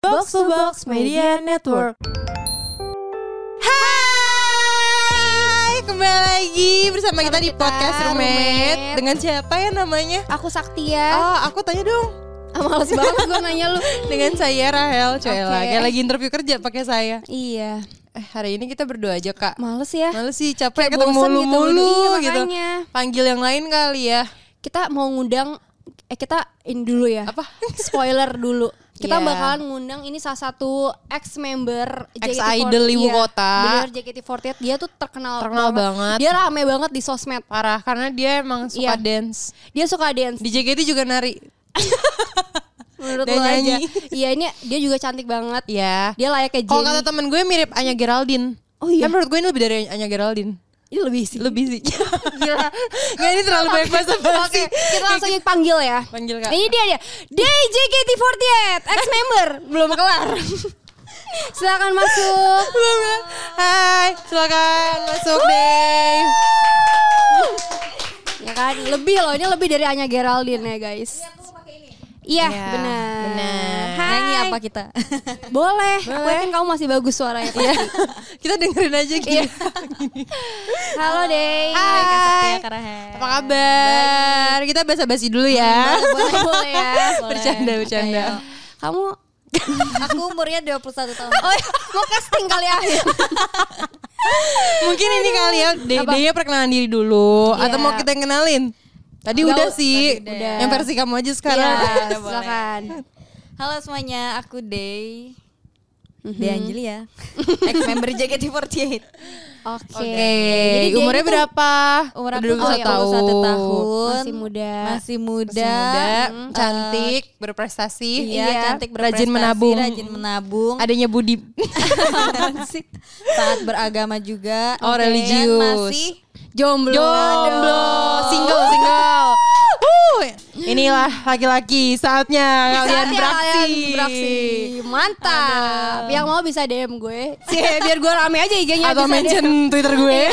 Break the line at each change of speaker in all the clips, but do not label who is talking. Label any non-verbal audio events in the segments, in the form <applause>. Box to Box Media Network.
Hai, kembali lagi bersama kita di
kita,
podcast
Roommate. Eh?
Roommate Dengan siapa ya namanya?
Aku ya. Saktia.
Oh, aku tanya dong.
Ah, <laughs> males banget gue nanya lu.
Dengan saya Rahel, Coela.
Oke.
Kayak lagi interview kerja pakai saya.
Iya,
Eh, hari ini kita berdua aja, Kak.
males ya.
<laughs> Males sih capek
Kayak
ketemu
bosen
lu
gitu.
mulu
Iya,
gitu.
makanya.
Panggil yang lain kali ya.
Kita mau ngundang eh kita ini dulu ya.
Apa?
<laughs> Spoiler dulu. Kita
Iya.
bakalan ngundang ini salah satu ex member
Ex idol ibu kota.
Iya, Bener JKT48 dia tuh terkenal
Terkenal banget.
Dia rame banget di sosmed.
Parah karena dia emang suka
Iya.
dance.
Dia suka dance.
Di JKT juga nari.
menurut
dan
lu aja.
nyanyi.
Iya, ini dia juga cantik banget.
Ya.
Dia layaknya
Kalau kata
Jennie.
temen gue mirip Anya Geraldine.
Iya. Oh iya.
Kan menurut gue ini lebih dari Anya Geraldine.
Ini lebih sih.
Lebih sih. Nggak ini terlalu banyak bahasa basi.
Gitu. Oke, kita langsung panggil ya.
Panggil, Kak.
Ini dia dia. DJKT48 ex member belum kelar. Silakan masuk.
Hai, silakan masuk deh.
Ya kan, lebih loh ini lebih dari Anya Geraldine ya, guys. Iya,
Iya,
benar.
benar. Nah,
Hai.
Nyanyi apa kita?
Boleh. Aku
Boleh.
yakin kamu masih bagus suaranya. <laughs> Iya.
<laughs> Kita dengerin aja gini.
Halo, Day.
Hai Kak Saktia,
Hai.
Kak Rahel.
Apa kabar? Kita basa-basi dulu ya.
Boleh,
<laughs>
boleh ya.
Boleh.
Bercanda, bercanda.
Ayo.
Kamu
Aku umurnya 21 tahun.
Oh, ya, mau casting kali akhir.
Mungkin ini kali ya, De-
Apa?
Dea perkenalan diri dulu
Iya.
atau mau kita yang kenalin? Tadi
Nggak
udah
usah,
sih.
tadi
udah.
Yang versi kamu aja
<laughs>
sekarang.
Iya,
Boleh.
silakan.
Halo semuanya, aku Day.
Mhm.
Day ya. <laughs> Angelia. Ex member
Gitu.
JKT48.
Oke.
Oke.
Jadi dia
Umurnya
itu-
berapa?
Umur aku
Udah 21 tahun.
21 tahun.
Masih muda.
Masih muda.
Masih muda, Mm-hmm.
Mm,
cantik, berprestasi.
eh, iya, cantik
rajin
berprestasi,
menabung.
Rajin menabung.
Adanya budi.
<laughs> Apaan sih? Sangat beragama juga.
Oh,
Oke.
religius.
Dan masih
Jomblo. Jomblo.
Aduh.
Single, single. Wuh. Inilah laki-laki saatnya kalian
Saatnya
beraksi.
kalian beraksi. Mantap. Yang mau bisa DM gue. Sih,
ya,
biar gue rame aja IG-nya
Atau
bisa DM.
mention Twitter gue. ya.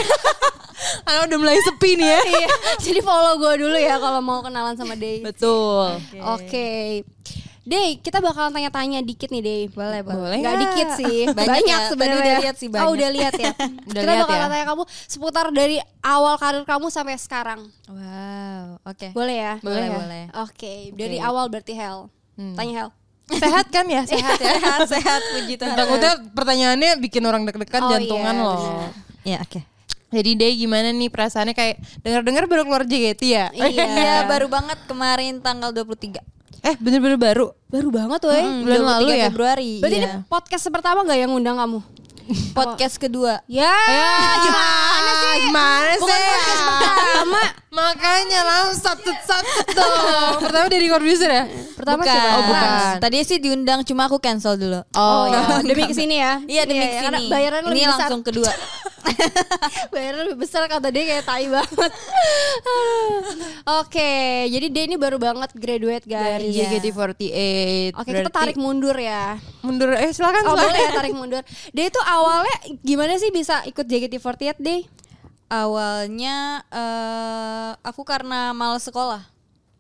<laughs> Karena udah mulai sepi nih ya.
Iya. <laughs> Jadi follow gue dulu ya kalau mau kenalan sama Day. Oke.
Betul.
Day, kita bakalan tanya-tanya dikit nih Day. Boleh,
boleh.
Gak
Boleh.
dikit sih.
Banyak
Banyak,
ya, tadi
sebenarnya.
udah lihat sih, banyak.
Oh, udah lihat ya.
Udah
kita
lihat
bakal
ya.
tanya kamu seputar dari awal karir kamu sampai sekarang.
Wow, oke.
Boleh ya?
Boleh,
ya?
boleh.
Oke, dari awal berarti Hel. Tanya Hel.
Sehat kan ya? Sehat ya.
Sehat, sehat, puji Tuhan.
Takutnya pertanyaannya bikin orang deg-degan
Oh,
Kan jantungan
iya,
loh.
benar.
Ya, oke.
Jadi Day gimana nih perasaannya kayak dengar-dengar baru keluar JKT ya?
Iya.
Iya, baru banget kemarin tanggal 23.
<laughs> Eh bener-bener baru.
Baru banget weh.
bulan
23
lalu ya?
Februari.
Berarti
Hmm. iya.
ini podcast pertama nggak yang ngundang kamu?
podcast kedua.
Ya,
Eh, gimana sih? Gimana sih?
bukan podcast pertama.
<laughs> Makanya langsung satut-satut dong. Pertama dari produser ya?
Pertama
bukan.
siapa?
Oh, bukan.
Tadi sih diundang cuma aku cancel dulu.
Oh,
iya.
demi kesini ya.
Iya demi
ya,
kesini.
karena bayaran
ini
lebih <laughs>
langsung
besar.
kedua.
bayaran lebih besar kata dia kayak tai banget. <laughs> Oke, jadi dia ini baru banget graduate guys.
Dari
Iya.
JKT48.
Oke, kita
Berarti-
tarik mundur ya.
mundur. Eh silakan
Oh,
silakan.
boleh ya tarik mundur. Dia itu awalnya gimana sih bisa ikut JKT48 deh?
Awalnya eh, aku karena males sekolah.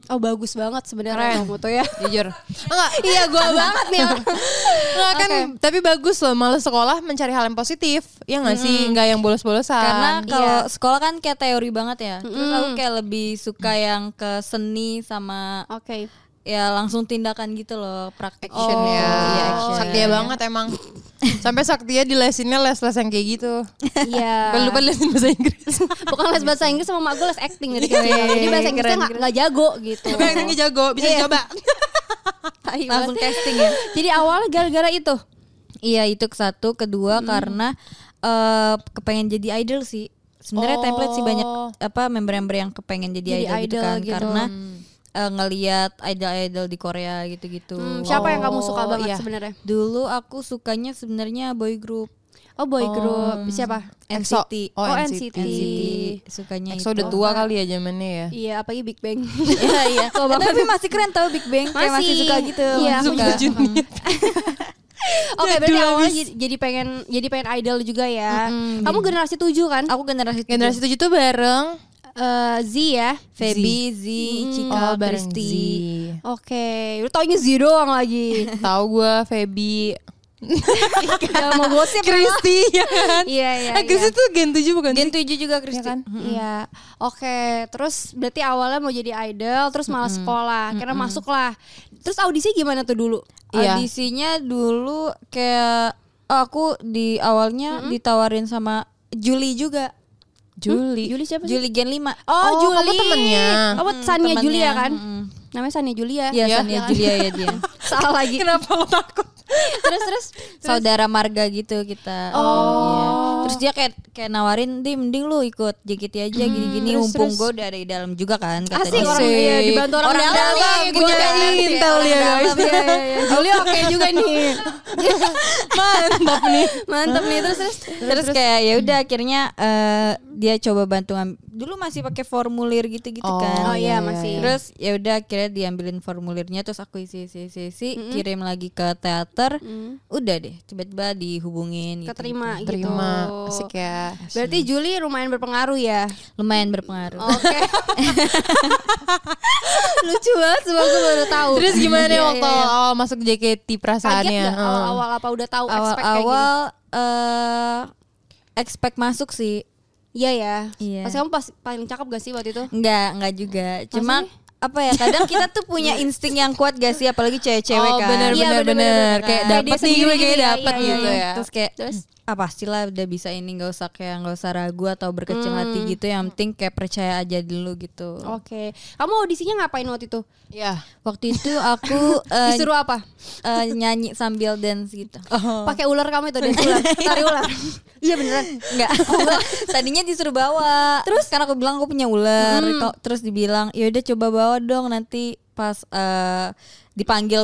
Oh, bagus banget sebenarnya kamu tuh ya.
Jujur. Enggak.
iya, gua banget nih.
Enggak kan tapi bagus loh males sekolah mencari hal yang positif. Ya enggak sih? Enggak yang
Ah,
bolos-bolosan.
Karena
iya.
kalau sekolah kan kayak teori banget ya. Terus aku kayak lebih suka yang ke seni sama
Oke. <laughs>
ya langsung tindakan gitu loh, praktek
action
gitu.
ya.
Iya, action.
Saktia banget emang. Sampai Saktia di lesinnya les-les yang kayak gitu.
Iya.
Gue lupa lesin bahasa Inggris.
Bukan les bahasa Inggris sama mak gue les acting dari kecil. Jadi bahasa Inggrisnya nggak nggak jago gitu.
Yang jago bisa
Iya.
dicoba.
Tai banget.
Langsung casting ya.
<laughs> Jadi awalnya gara-gara itu.
Iya itu ke satu, kedua karena eh, kepengen jadi idol sih. Sebenarnya
Oh.
template sih banyak apa member-member yang kepengen jadi,
Jadi
idol, gitu
idol
kan
gitu.
karena
Hmm.
eh, ngelihat idol-idol di Korea gitu-gitu.
Hmm, siapa yang kamu suka
Oh,
banget
iya.
sebenarnya?
Dulu aku sukanya sebenarnya boy group
Oh boy group. Siapa?
EXO.
NCT.
Oh,
Oh,
NCT.
NCT.
NCT
gitu.
sukanya
EXO
itu.
udah tua kali ya zamannya ya.
Iya, apalagi Big <laughs> Bang.
Iya iya. Tapi masih keren tau Big Bang kayak masih
Masih.
suka gitu.
Iya,
masih
aku
suka.
juga
Junior.
Oke, berarti
Jadul
awalnya
abis.
jadi, jadi pengen jadi pengen idol juga ya.
Mm-mm,
kamu generasi 7 kan?
Aku generasi
Generasi tujuh tuh bareng
eh, Z ya.
Feby, Z, Cika,
Oh, bareng Z.
Kristi.
Oke, lu taunya Z doang lagi.
Tahu gue Feby.
Gak mau
<laughs>
gosip.
Kristi ya
<laughs>
kan?
Iya, iya,
Eh, Kristi tuh Gen 7 bukan
Gen
sih?
7 juga Kristi.
kan?
Iya, oke. Terus berarti awalnya mau jadi idol, terus malah sekolah, karena masuklah. Terus audisi gimana tuh dulu?
Iya.
Audisinya dulu kayak oh, aku di awalnya ditawarin sama Juli juga.
Juli.
Hmm? Juli siapa sih?
Juli Gen 5.
Oh, kamu temennya.
Kamu Sania
temennya.
Julia kan?
Mm-mm.
Namanya Sania Julia.
Iya, Sania Julia ya dia.
Salah lagi.
Kenapa lo takut?
terus terus.
Saudara marga gitu kita. Oh. Terus dia kayak kayak nawarin, "Di mending lu ikut JKT aja gini-gini mumpung gue udah ada di dalam juga kan." kata
Hmm, Asik
dia.
orang iya,
Asik.
dibantu orang,
Orang
dalam.
dalam,
nih,
gua
gua
jadi
ngerti,
intel
orang
dia,
dalam.
guys.
Iya, iya,
<laughs>
iya. Julia oke juga nih.
<laughs> Mantap nih. Gitu.
Mantap nih terus terus. Hmm.
Terus, kayak ya udah akhirnya eh, dia coba bantu ngam- dulu masih pakai formulir gitu-gitu
Oh,
kan.
Oh iya masih.
Terus ya udah akhirnya diambilin formulirnya terus aku isi isi isi, isi,
Hmm.
kirim lagi ke teater. Udah deh, tiba-tiba dihubungin gitu.
keterima gitu.
Terima. Asik ya.
Berarti Juli lumayan berpengaruh ya.
Lumayan berpengaruh.
Oke. <laughs> Lucu banget semua gue baru tahu.
Terus gimana
Iya,
waktu
iya, iya.
awal masuk JKT
kaget
perasaannya?
nggak awal-awal apa udah tahu expect kayak gini?
Awal-awal eh expect masuk sih.
Iya ya.
Iya.
Pas kamu pas paling cakep gak sih waktu itu?
Enggak, enggak juga. Cuma apa ya? Kadang kita tuh punya insting yang kuat gak sih apalagi cewek-cewek
Oh,
kan.
bener,
Iya,
bener, bener.
bener.
Kayak
Kayak
dapet
dia
nih,
sendiri
gue kayak
gitu ya,
dapet
iya,
gitu
iya.
ya.
Terus kayak ah pastilah udah bisa ini nggak usah kayak nggak usah ragu atau berkecil hati gitu. Yang penting kayak percaya aja dulu gitu.
Oke. Kamu audisinya ngapain waktu itu?
Ya.
Waktu itu aku eh,
Disuruh apa?
eh, nyanyi sambil dance gitu.
Pakai ular kamu
<laughs>
itu dance ular. Tari ular. iya beneran.
Enggak. Tadinya disuruh bawa. Terus karena aku bilang aku punya ular, kok terus dibilang, "Ya udah coba bawa dong nanti pas eh, dipanggil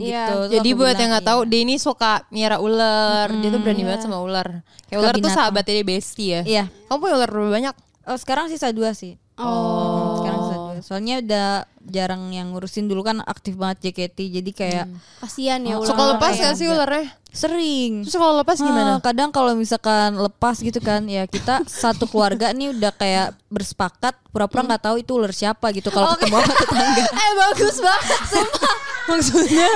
Iya.
gitu." Terus
Jadi
aku
buat
bilang,
yang nggak tahu, Denny suka miara ular. dia tuh berani banget sama ular. Kayak ular tuh
binatang.
sahabatnya dia bestie ya.
Iya.
Kamu punya ular berapa banyak?
"Oh, sekarang sisa dua sih."
Oh.
Sekarang sisa dua. Soalnya udah jarang yang ngurusin dulu kan aktif banget JKT. Jadi kayak
Kasihan
Oh,
ya ular.
Suka lepas
ya.
gak sih ularnya?
sering.
Terus kalau lepas gimana?
Ah, kadang kalau misalkan lepas gitu kan ya kita satu keluarga nih udah kayak bersepakat pura-pura nggak tahu itu ular siapa gitu kalau ketemu sama tetangga.
<laughs> Eh bagus banget. Sumpah.
Maksudnya?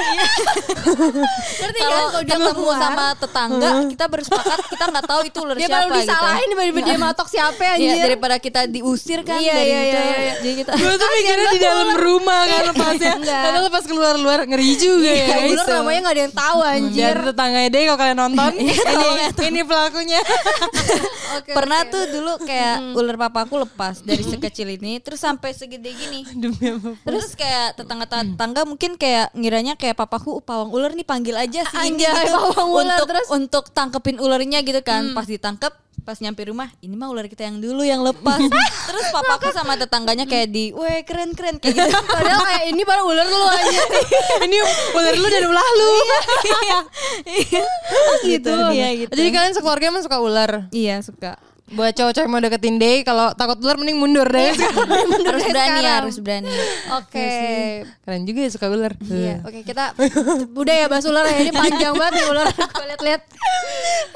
Ngerti kan
kalau
kalau dia
ketemu
keluar,
sama tetangga kita bersepakat kita nggak tahu itu ular
<laughs> dia
siapa
baru
gitu.
disalahin daripada dia matok siapa
Iya,
anjir.
daripada kita diusir kan
Iya,
dari
iya,
itu.
iya, iya.
Jadi kita
Gue tuh mikirnya di dalam rumah kan
ya,
lepasnya.
Enggak.
Karena lepas keluar-luar ngeri juga ya.
Ya,
guys.
ular namanya gak ada yang tahu anjir.
Dari tetangganya deh kalau kalian nonton. ini, ini pelakunya.
pernah tuh dulu kayak ular papaku lepas dari sekecil ini terus sampai segede gini.
Demi apa?
Terus kayak tetangga-tetangga mungkin kayak ngiranya kayak papaku "Uh, pawang ular nih panggil aja si ini
Anjay, <laughs>
gitu
pawang ular,
untuk
terus? Mm.
untuk tangkepin ularnya gitu kan. Pas ditangkep pas nyampe rumah ini mah ular kita yang dulu yang
<laughs>
lepas. terus papaku sama tetangganya kayak di, "Weh, keren-keren." kayak gitu.
<laughs> Padahal kayak ini baru ular lu aja.
ini ular lu dari ulah lu.
gitu. Iya gitu.
Jadi kalian sekeluarga emang suka ular.
Iya suka.
Buat cowok-cowok yang mau deketin day kalau takut ular mending mundur deh.
harus
dari
berani ya,
sekarang.
harus berani.
Oke.
Keren juga ya suka ular.
Iya, oke kita udah ya bahas ular ya. Ini panjang banget nih ular. Gua lihat-lihat.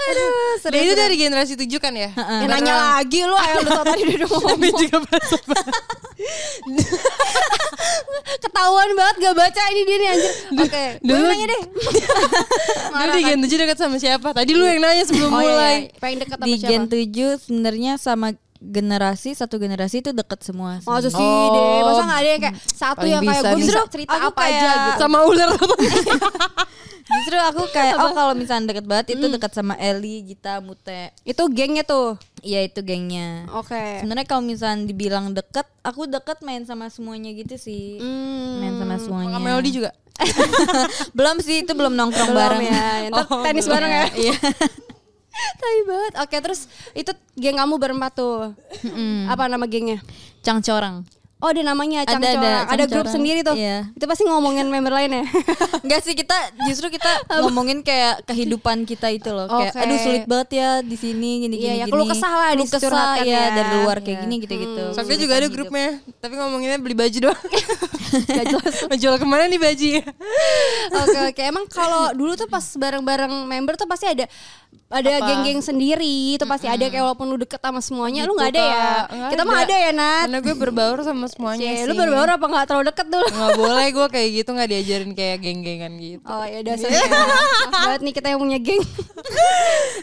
Aduh,
Dia
serius.
itu dari generasi 7 kan <laughs> ya?
Ya, nanya lagi lu ayo lu tau tadi udah ngomong.
Tapi juga bahasa
Ketahuan banget gak baca ini dia nih anjir. Oke, gue
dulu-
nanya deh. kan?
Dulu di Gen 7 dekat sama siapa? Tadi lu yang nanya sebelum
Oh, iya,
gitu, mulai.
iya. pengen dekat sama
Di
siapa?
Gen 7 sebenarnya sama generasi satu generasi itu deket semua. sih.
Masa sih deh, masa gak ada yang kayak satu
Paling
yang kayak
ya. bisa
gue
nih.
justru
Justru
cerita
aku
apa aja
kayak-
gitu.
Sama ular. <laughs>
Justru aku kayak oh kalau misalnya deket banget itu deket sama Eli, Gita, Mute.
Hmm. Itu gengnya tuh.
Iya itu gengnya.
Oke.
Sebenarnya kalau misalnya dibilang deket, aku deket main sama semuanya gitu sih.
Hmm.
Main sama
Hmm,
semuanya.
Sama Melody juga.
<laughs> belum sih itu belum nongkrong
Belum
bareng.
ya, ntar
Oh,
tenis
belum
bareng ya.
Iya.
<laughs> Tai banget. Oke, terus itu geng kamu berempat tuh. Apa nama gengnya?
Cangcorang.
Oh ada namanya
Ada,
cangcoran.
ada,
Ada,
cangcoran.
grup sendiri tuh.
Iya.
Itu pasti ngomongin member
<laughs>
lain ya.
Enggak sih kita justru
<laughs>
kita ngomongin kayak kehidupan kita itu loh kayak
Oke.
aduh sulit banget ya di sini gini gini.
Iya, ya,
gini.
keluh kesah lah,
Keluh kesah
dicurhatkan
ya
ya.
dari luar kayak
Iya. kan,
gini gitu-gitu.
Soalnya juga ada
Kesulitan hidup.
grupnya, tapi ngomonginnya beli baju
<laughs>
doang. Gak <laughs> jelas. Ngejual kemana nih baju?
Oke oke. Emang kalau dulu tuh pas bareng-bareng member tuh pasti ada ada
Apa?
geng-geng sendiri. Itu pasti ada kayak walaupun lu deket sama semuanya, lu
Gitu,
nggak ada ya.
Kak. Nggak
Kita mah
ada.
ada ya Nat.
Karena gue berbaur sama semuanya
Cie,
sih.
lu berbaur apa nggak terlalu deket dulu?
Nggak boleh gue kayak gitu nggak diajarin kayak geng-gengan gitu.
Oh ya dasarnya Maaf banget nih kita yang punya <laughs> geng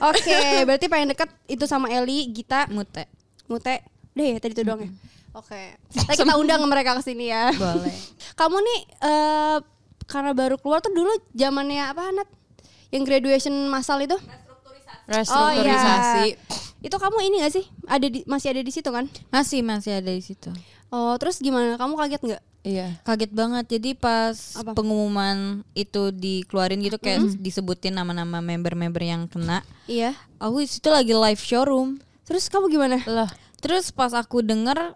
Oke berarti paling dekat itu sama Eli, Gita,
mute.
Mute Udah ya tadi itu doang ya Oke Nanti kita undang mereka ke sini ya
Boleh.
Kamu nih eh, karena baru keluar tuh dulu zamannya apa Nat? Yang graduation massal itu? Oh, iya.
Restrukturisasi.
Itu kamu ini gak sih? Ada di, masih ada di situ kan?
Masih masih ada di situ.
Oh terus gimana? Kamu kaget nggak?
Iya.
Kaget banget. Jadi pas
Apa? Hmm?
pengumuman itu dikeluarin gitu kayak disebutin nama-nama member-member yang kena.
Iya
Aku itu lagi live showroom.
Terus kamu gimana?
Lah,
Terus pas aku denger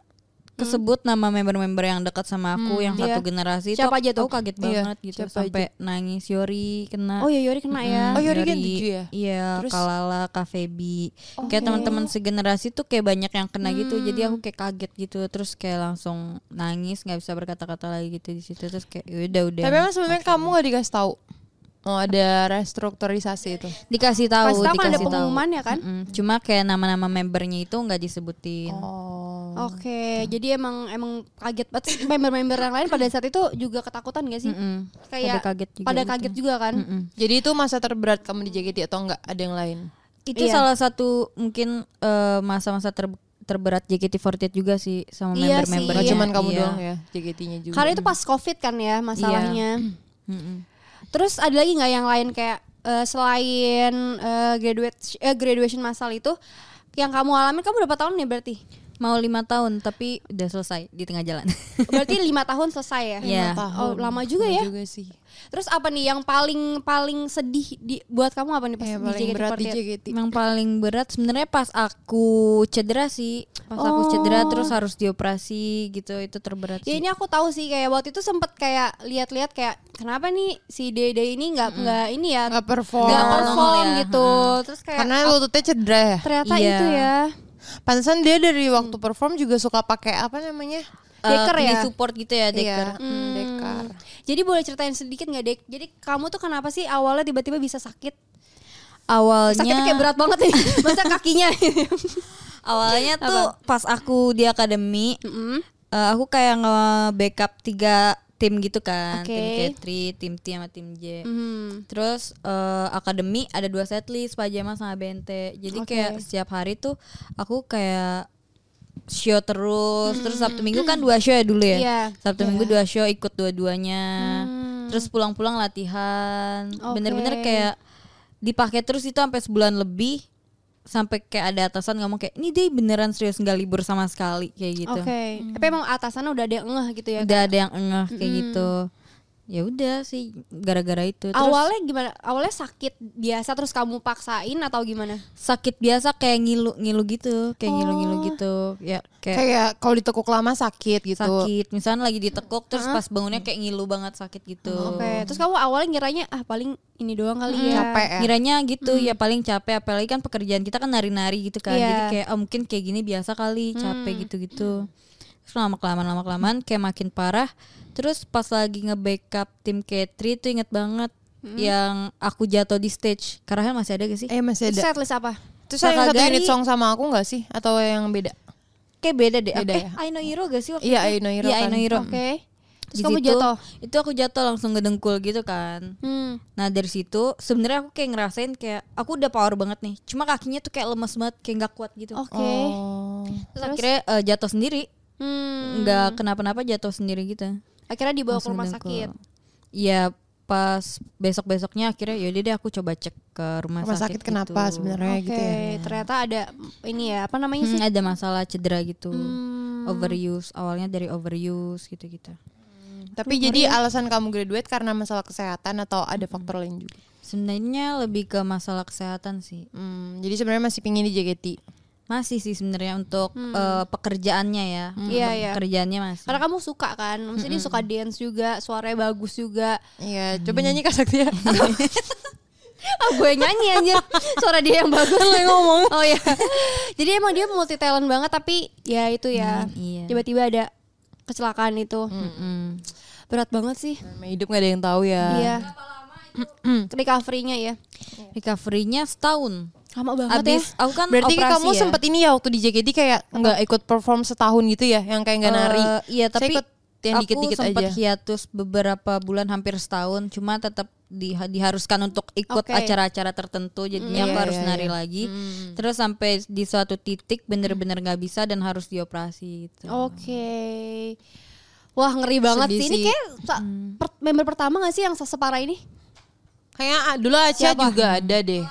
kesebut nama member-member yang dekat sama aku yang
iya.
satu generasi itu
Siapa
aku-
aja tuh?
aku kaget
Iya,
banget gitu
siapa
sampai nangis Yori kena
Oh ya Yori kena ya
Oh, Yori kan tujuh ya?
Iya,
Terus?
Kalala, Kak Febi. Kayak teman-teman segenerasi tuh kayak banyak yang kena gitu. Jadi aku kayak kaget gitu. Terus kayak langsung nangis, nggak bisa berkata-kata lagi gitu di situ. Terus kayak udah udah.
tapi emang sebenarnya kamu nggak dikasih tahu. Oh ada restrukturisasi itu.
dikasih tahu,
Kasih tahu kan ada
dikasih tahu.
pengumuman ya kan?
Mm-mm. Cuma kayak nama-nama membernya itu nggak disebutin.
Oh.
Oke,
Gitu.
jadi emang emang kaget banget sih. member-member yang lain pada saat itu juga ketakutan gak sih?
Mm-mm.
Kayak
Pada kaget juga
pada
gitu.
kaget juga kan?
Mm-mm.
Jadi itu masa terberat kamu di JKT atau enggak ada yang lain?
Itu
Iya.
salah satu mungkin eh, masa-masa ter- terberat JKT48 juga sih sama
Iya sih.
member-membernya.
Enggak
Iya.
cuman kamu
Iya.
doang ya JKT-nya juga.
Karena itu pas covid kan ya masalahnya.
Iya. Mm-mm.
Terus ada lagi nggak yang lain kayak eh, selain eh, graduate eh, graduation massal itu yang kamu alamin kamu berapa tahun nih berarti?
Mau lima tahun tapi udah selesai di tengah
<laughs>
jalan.
Berarti lima tahun selesai ya?
Iya.
Oh, lama juga ya.
Juga sih.
Terus apa nih yang paling paling sedih di, buat kamu apa nih pas
Yang
di
Iya, paling berat di
JKT48?
JKT.
Yang paling berat sebenarnya pas aku cedera sih, pas aku cedera
Oh.
terus harus dioperasi gitu itu terberat
Ya
sih.
ini aku tahu sih kayak waktu itu sempet kayak lihat-lihat kayak kenapa nih si Dede ini nggak nggak ini ya
Enggak perform.
nggak
Nggak
perform
ya,
gitu terus kayak oh,
Karena lututnya cedera ya.
ternyata
Iya.
itu ya
Pantesan dia dari waktu perform juga suka pakai apa namanya?
Eh,
Deker ya? Hmm.
di support gitu ya Deker.
Iya, mm, dekar.
jadi boleh ceritain sedikit nggak Dek jadi kamu tuh kenapa sih awalnya tiba-tiba bisa sakit sakitnya
Awalnya
kayak berat banget
<laughs>
nih masa kakinya
awalnya tuh pas aku di akademi eh, aku kayak nge-backup tiga tim gitu kan, tim
Oke.
Katri, tim T sama tim J. Terus eh, akademi ada dua setlist Pajama sama Bente. Jadi kayak setiap hari tuh aku kayak show
Hmm,
terus. Terus Sabtu Minggu kan dua show ya dulu ya.
Iya. Hmm.
Sabtu Minggu dua show ikut dua-duanya. Terus pulang-pulang latihan.
Oke.
Bener-bener kayak dipakai terus itu sampai sebulan lebih sampai kayak ada atasan ngomong kayak ini dia beneran serius nggak libur sama sekali kayak gitu
oke tapi emang atasannya udah ada yang ngeh gitu ya
udah ada yang engah kayak gitu
Hmm.
ya udah sih gara-gara itu Terus-
awalnya gimana awalnya sakit biasa terus kamu paksain atau gimana
sakit biasa kayak ngilu-ngilu gitu, kayak ngilu-ngilu gitu. Ya kayak,
Oh. Kayak kalau ditekuk lama sakit gitu.
sakit. Misalnya lagi ditekuk terus pas bangunnya kayak ngilu banget sakit gitu.
Oh,
Hmm,
oke terus kamu awalnya ngiranya ah paling ini doang kali ya
Capek ya.
Kiranya gitu ya paling capek apalagi kan pekerjaan kita kan nari-nari gitu kan.
Iya.
Jadi kayak oh, mungkin kayak gini biasa kali
Hmm.
capek gitu-gitu. Terus lama kelamaan lama kelamaan kayak makin parah. Terus pas lagi nge-backup tim Katri itu inget banget yang aku jatuh di stage. Karahan masih ada gak sih?
Hmm. Eh masih ada.
setlist apa
Terus ada yang satu
Sakagari-
unit song sama aku nggak sih? Atau yang beda?
Kayak beda deh.
Beda
eh,
ya?
I know Hero gak sih waktu
Iya,
itu?
I Know Hero
Iya, I
kan.
Know Hero.
Oke. Terus
Di
kamu
situ,
jatuh.
Itu aku jatuh langsung ngedengkul gitu kan.
Hmm.
Nah dari situ sebenarnya aku kayak ngerasain kayak aku udah power banget nih. Cuma kakinya tuh kayak lemes banget, kayak nggak kuat gitu.
Oke.
Oh.
Terus akhirnya eh, jatuh sendiri,
Hmm.
nggak kenapa-napa jatuh sendiri gitu.
Akhirnya dibawa ke
Langsung
rumah sakit.
ngedengkul. Iya pas besok besoknya akhirnya yaudah deh aku coba cek ke rumah,
Rumah sakit, kenapa
gitu.
sebenarnya
Oke,
gitu ya?
ternyata ada ini ya, apa namanya
Hmm,
sih?
ada masalah cedera gitu.
Hmm.
Overuse awalnya dari overuse gitu-gitu.
Tapi jadi alasan kamu graduate karena masalah kesehatan atau ada faktor lain juga?
Sebenarnya lebih ke masalah kesehatan sih.
Hmm, jadi sebenarnya masih pingin di JKT.
Masih sih sebenarnya untuk
Hmm.
eh, pekerjaannya ya.
Iya, iya.
Pekerjaannya masih.
Karena kamu suka kan,
Hmm,
maksudnya dia suka dance juga, suaranya bagus juga. <laughs>
Iya, coba nyanyi Kak Saktia. <laughs>
Ah, gue nyanyi anjir. Suara dia yang bagus. ngomong. <laughs> Oh iya. Jadi emang dia multi talent banget tapi ya itu ya.
Hmm, iya.
Tiba-tiba ada kecelakaan itu.
Mm.
Berat banget sih.
Nama hidup gak ada yang tahu ya.
Iya. Recovery-nya ya.
Recovery-nya setahun.
Lama banget
Abis
ya.
aku kan
Berarti
operasi
kamu
ya.
sempet ini ya waktu di JKT kayak nggak ikut perform setahun gitu ya, yang kayak nggak nari.
Eh, iya
Saya
tapi
ikut yang
aku
dikit-dikit
sempat
aja.
hiatus beberapa bulan hampir setahun cuma tetap di- diharuskan untuk ikut
Oke.
acara-acara tertentu jadinya aku
Iya,
harus
iya, Hmm.
nari lagi terus sampai di suatu titik bener-bener nggak bisa dan harus dioperasi gitu
Oke. Wah, ngeri banget
Sedih
sih. Ini
sih.
kayak sa- per- member pertama gak sih yang separah ini?
Kayak ah, dulu Aca
Siapa?
juga ada deh.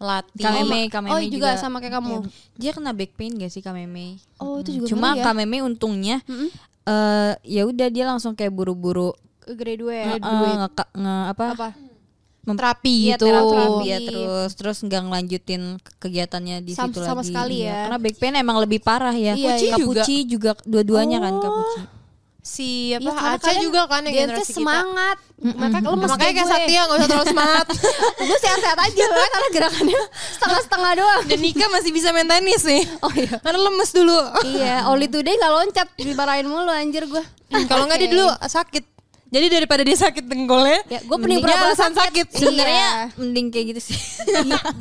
Lati.
Kameme
E
oh,
Kameme
juga sama kayak kamu.
Iya.
dia kena back pain gak sih Kameme
Oh, itu juga
cuma
ngeri
E
ya.
Kameme untungnya
Hmm.
eh, ya udah dia langsung kayak buru-buru
Graduate.
eh, nge- nge- apa,
Apa?
mem-
Terapi
Iya
gitu.
terapi ya
Terapi.
terus terus nggak ngelanjutin ke- kegiatannya di
Sam-
situ
sama
lagi.
sekali
Iya,
ya.
Karena back pain emang lebih parah ya.
Iya, iya. Oh,
Kapuci juga, dua-duanya kan kapuci.
Si apa
Iya, karena
Aca
kadang
juga kan yang
dance-nya
generasi kita. Nah,
semangat. Maka lemes
Makanya kayak
kayak gue.
Saktia gak usah terlalu semangat.
gue sehat-sehat aja makanya karena gerakannya setengah-setengah doang
Dan Nika masih bisa main tenis nih. Oh iya. Karena lemes dulu.
iya <laughs> only today nggak loncat dimarahin mulu anjir gue
Mm, Kalau nggak dia dulu sakit. Jadi daripada dia sakit dengkulnya,
Ya, gua
mending
mending pura-pura
alasan sakit.
Sebenarnya mending kayak gitu
<laughs>
sih.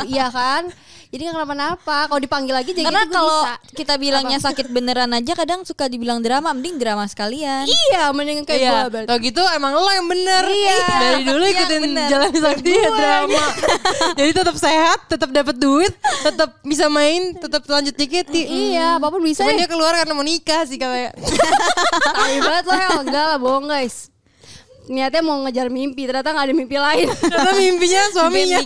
iya kan jadi nggak kenapa-napa kalau dipanggil lagi jadi
Karena
gitu gua
kalau
bisa.
kita bilangnya sakit beneran aja kadang suka dibilang drama, mending drama sekalian.
iya mending kayak
Iya,
gue berarti
tau gitu emang lo yang bener
Iya.
Dari dulu
Iya,
ikutin
bener.
jalan sakti ya drama <laughs> Jadi tetap sehat, tetap dapat duit Tetap bisa main, tetap lanjut JKT
iya apapun bisa
Cuman
ya
dia keluar karena mau nikah sih kayak <laughs>
tai banget lah El. enggak lah bohong guys niatnya mau ngejar mimpi ternyata nggak ada mimpi lain <laughs>
Karena mimpinya suaminya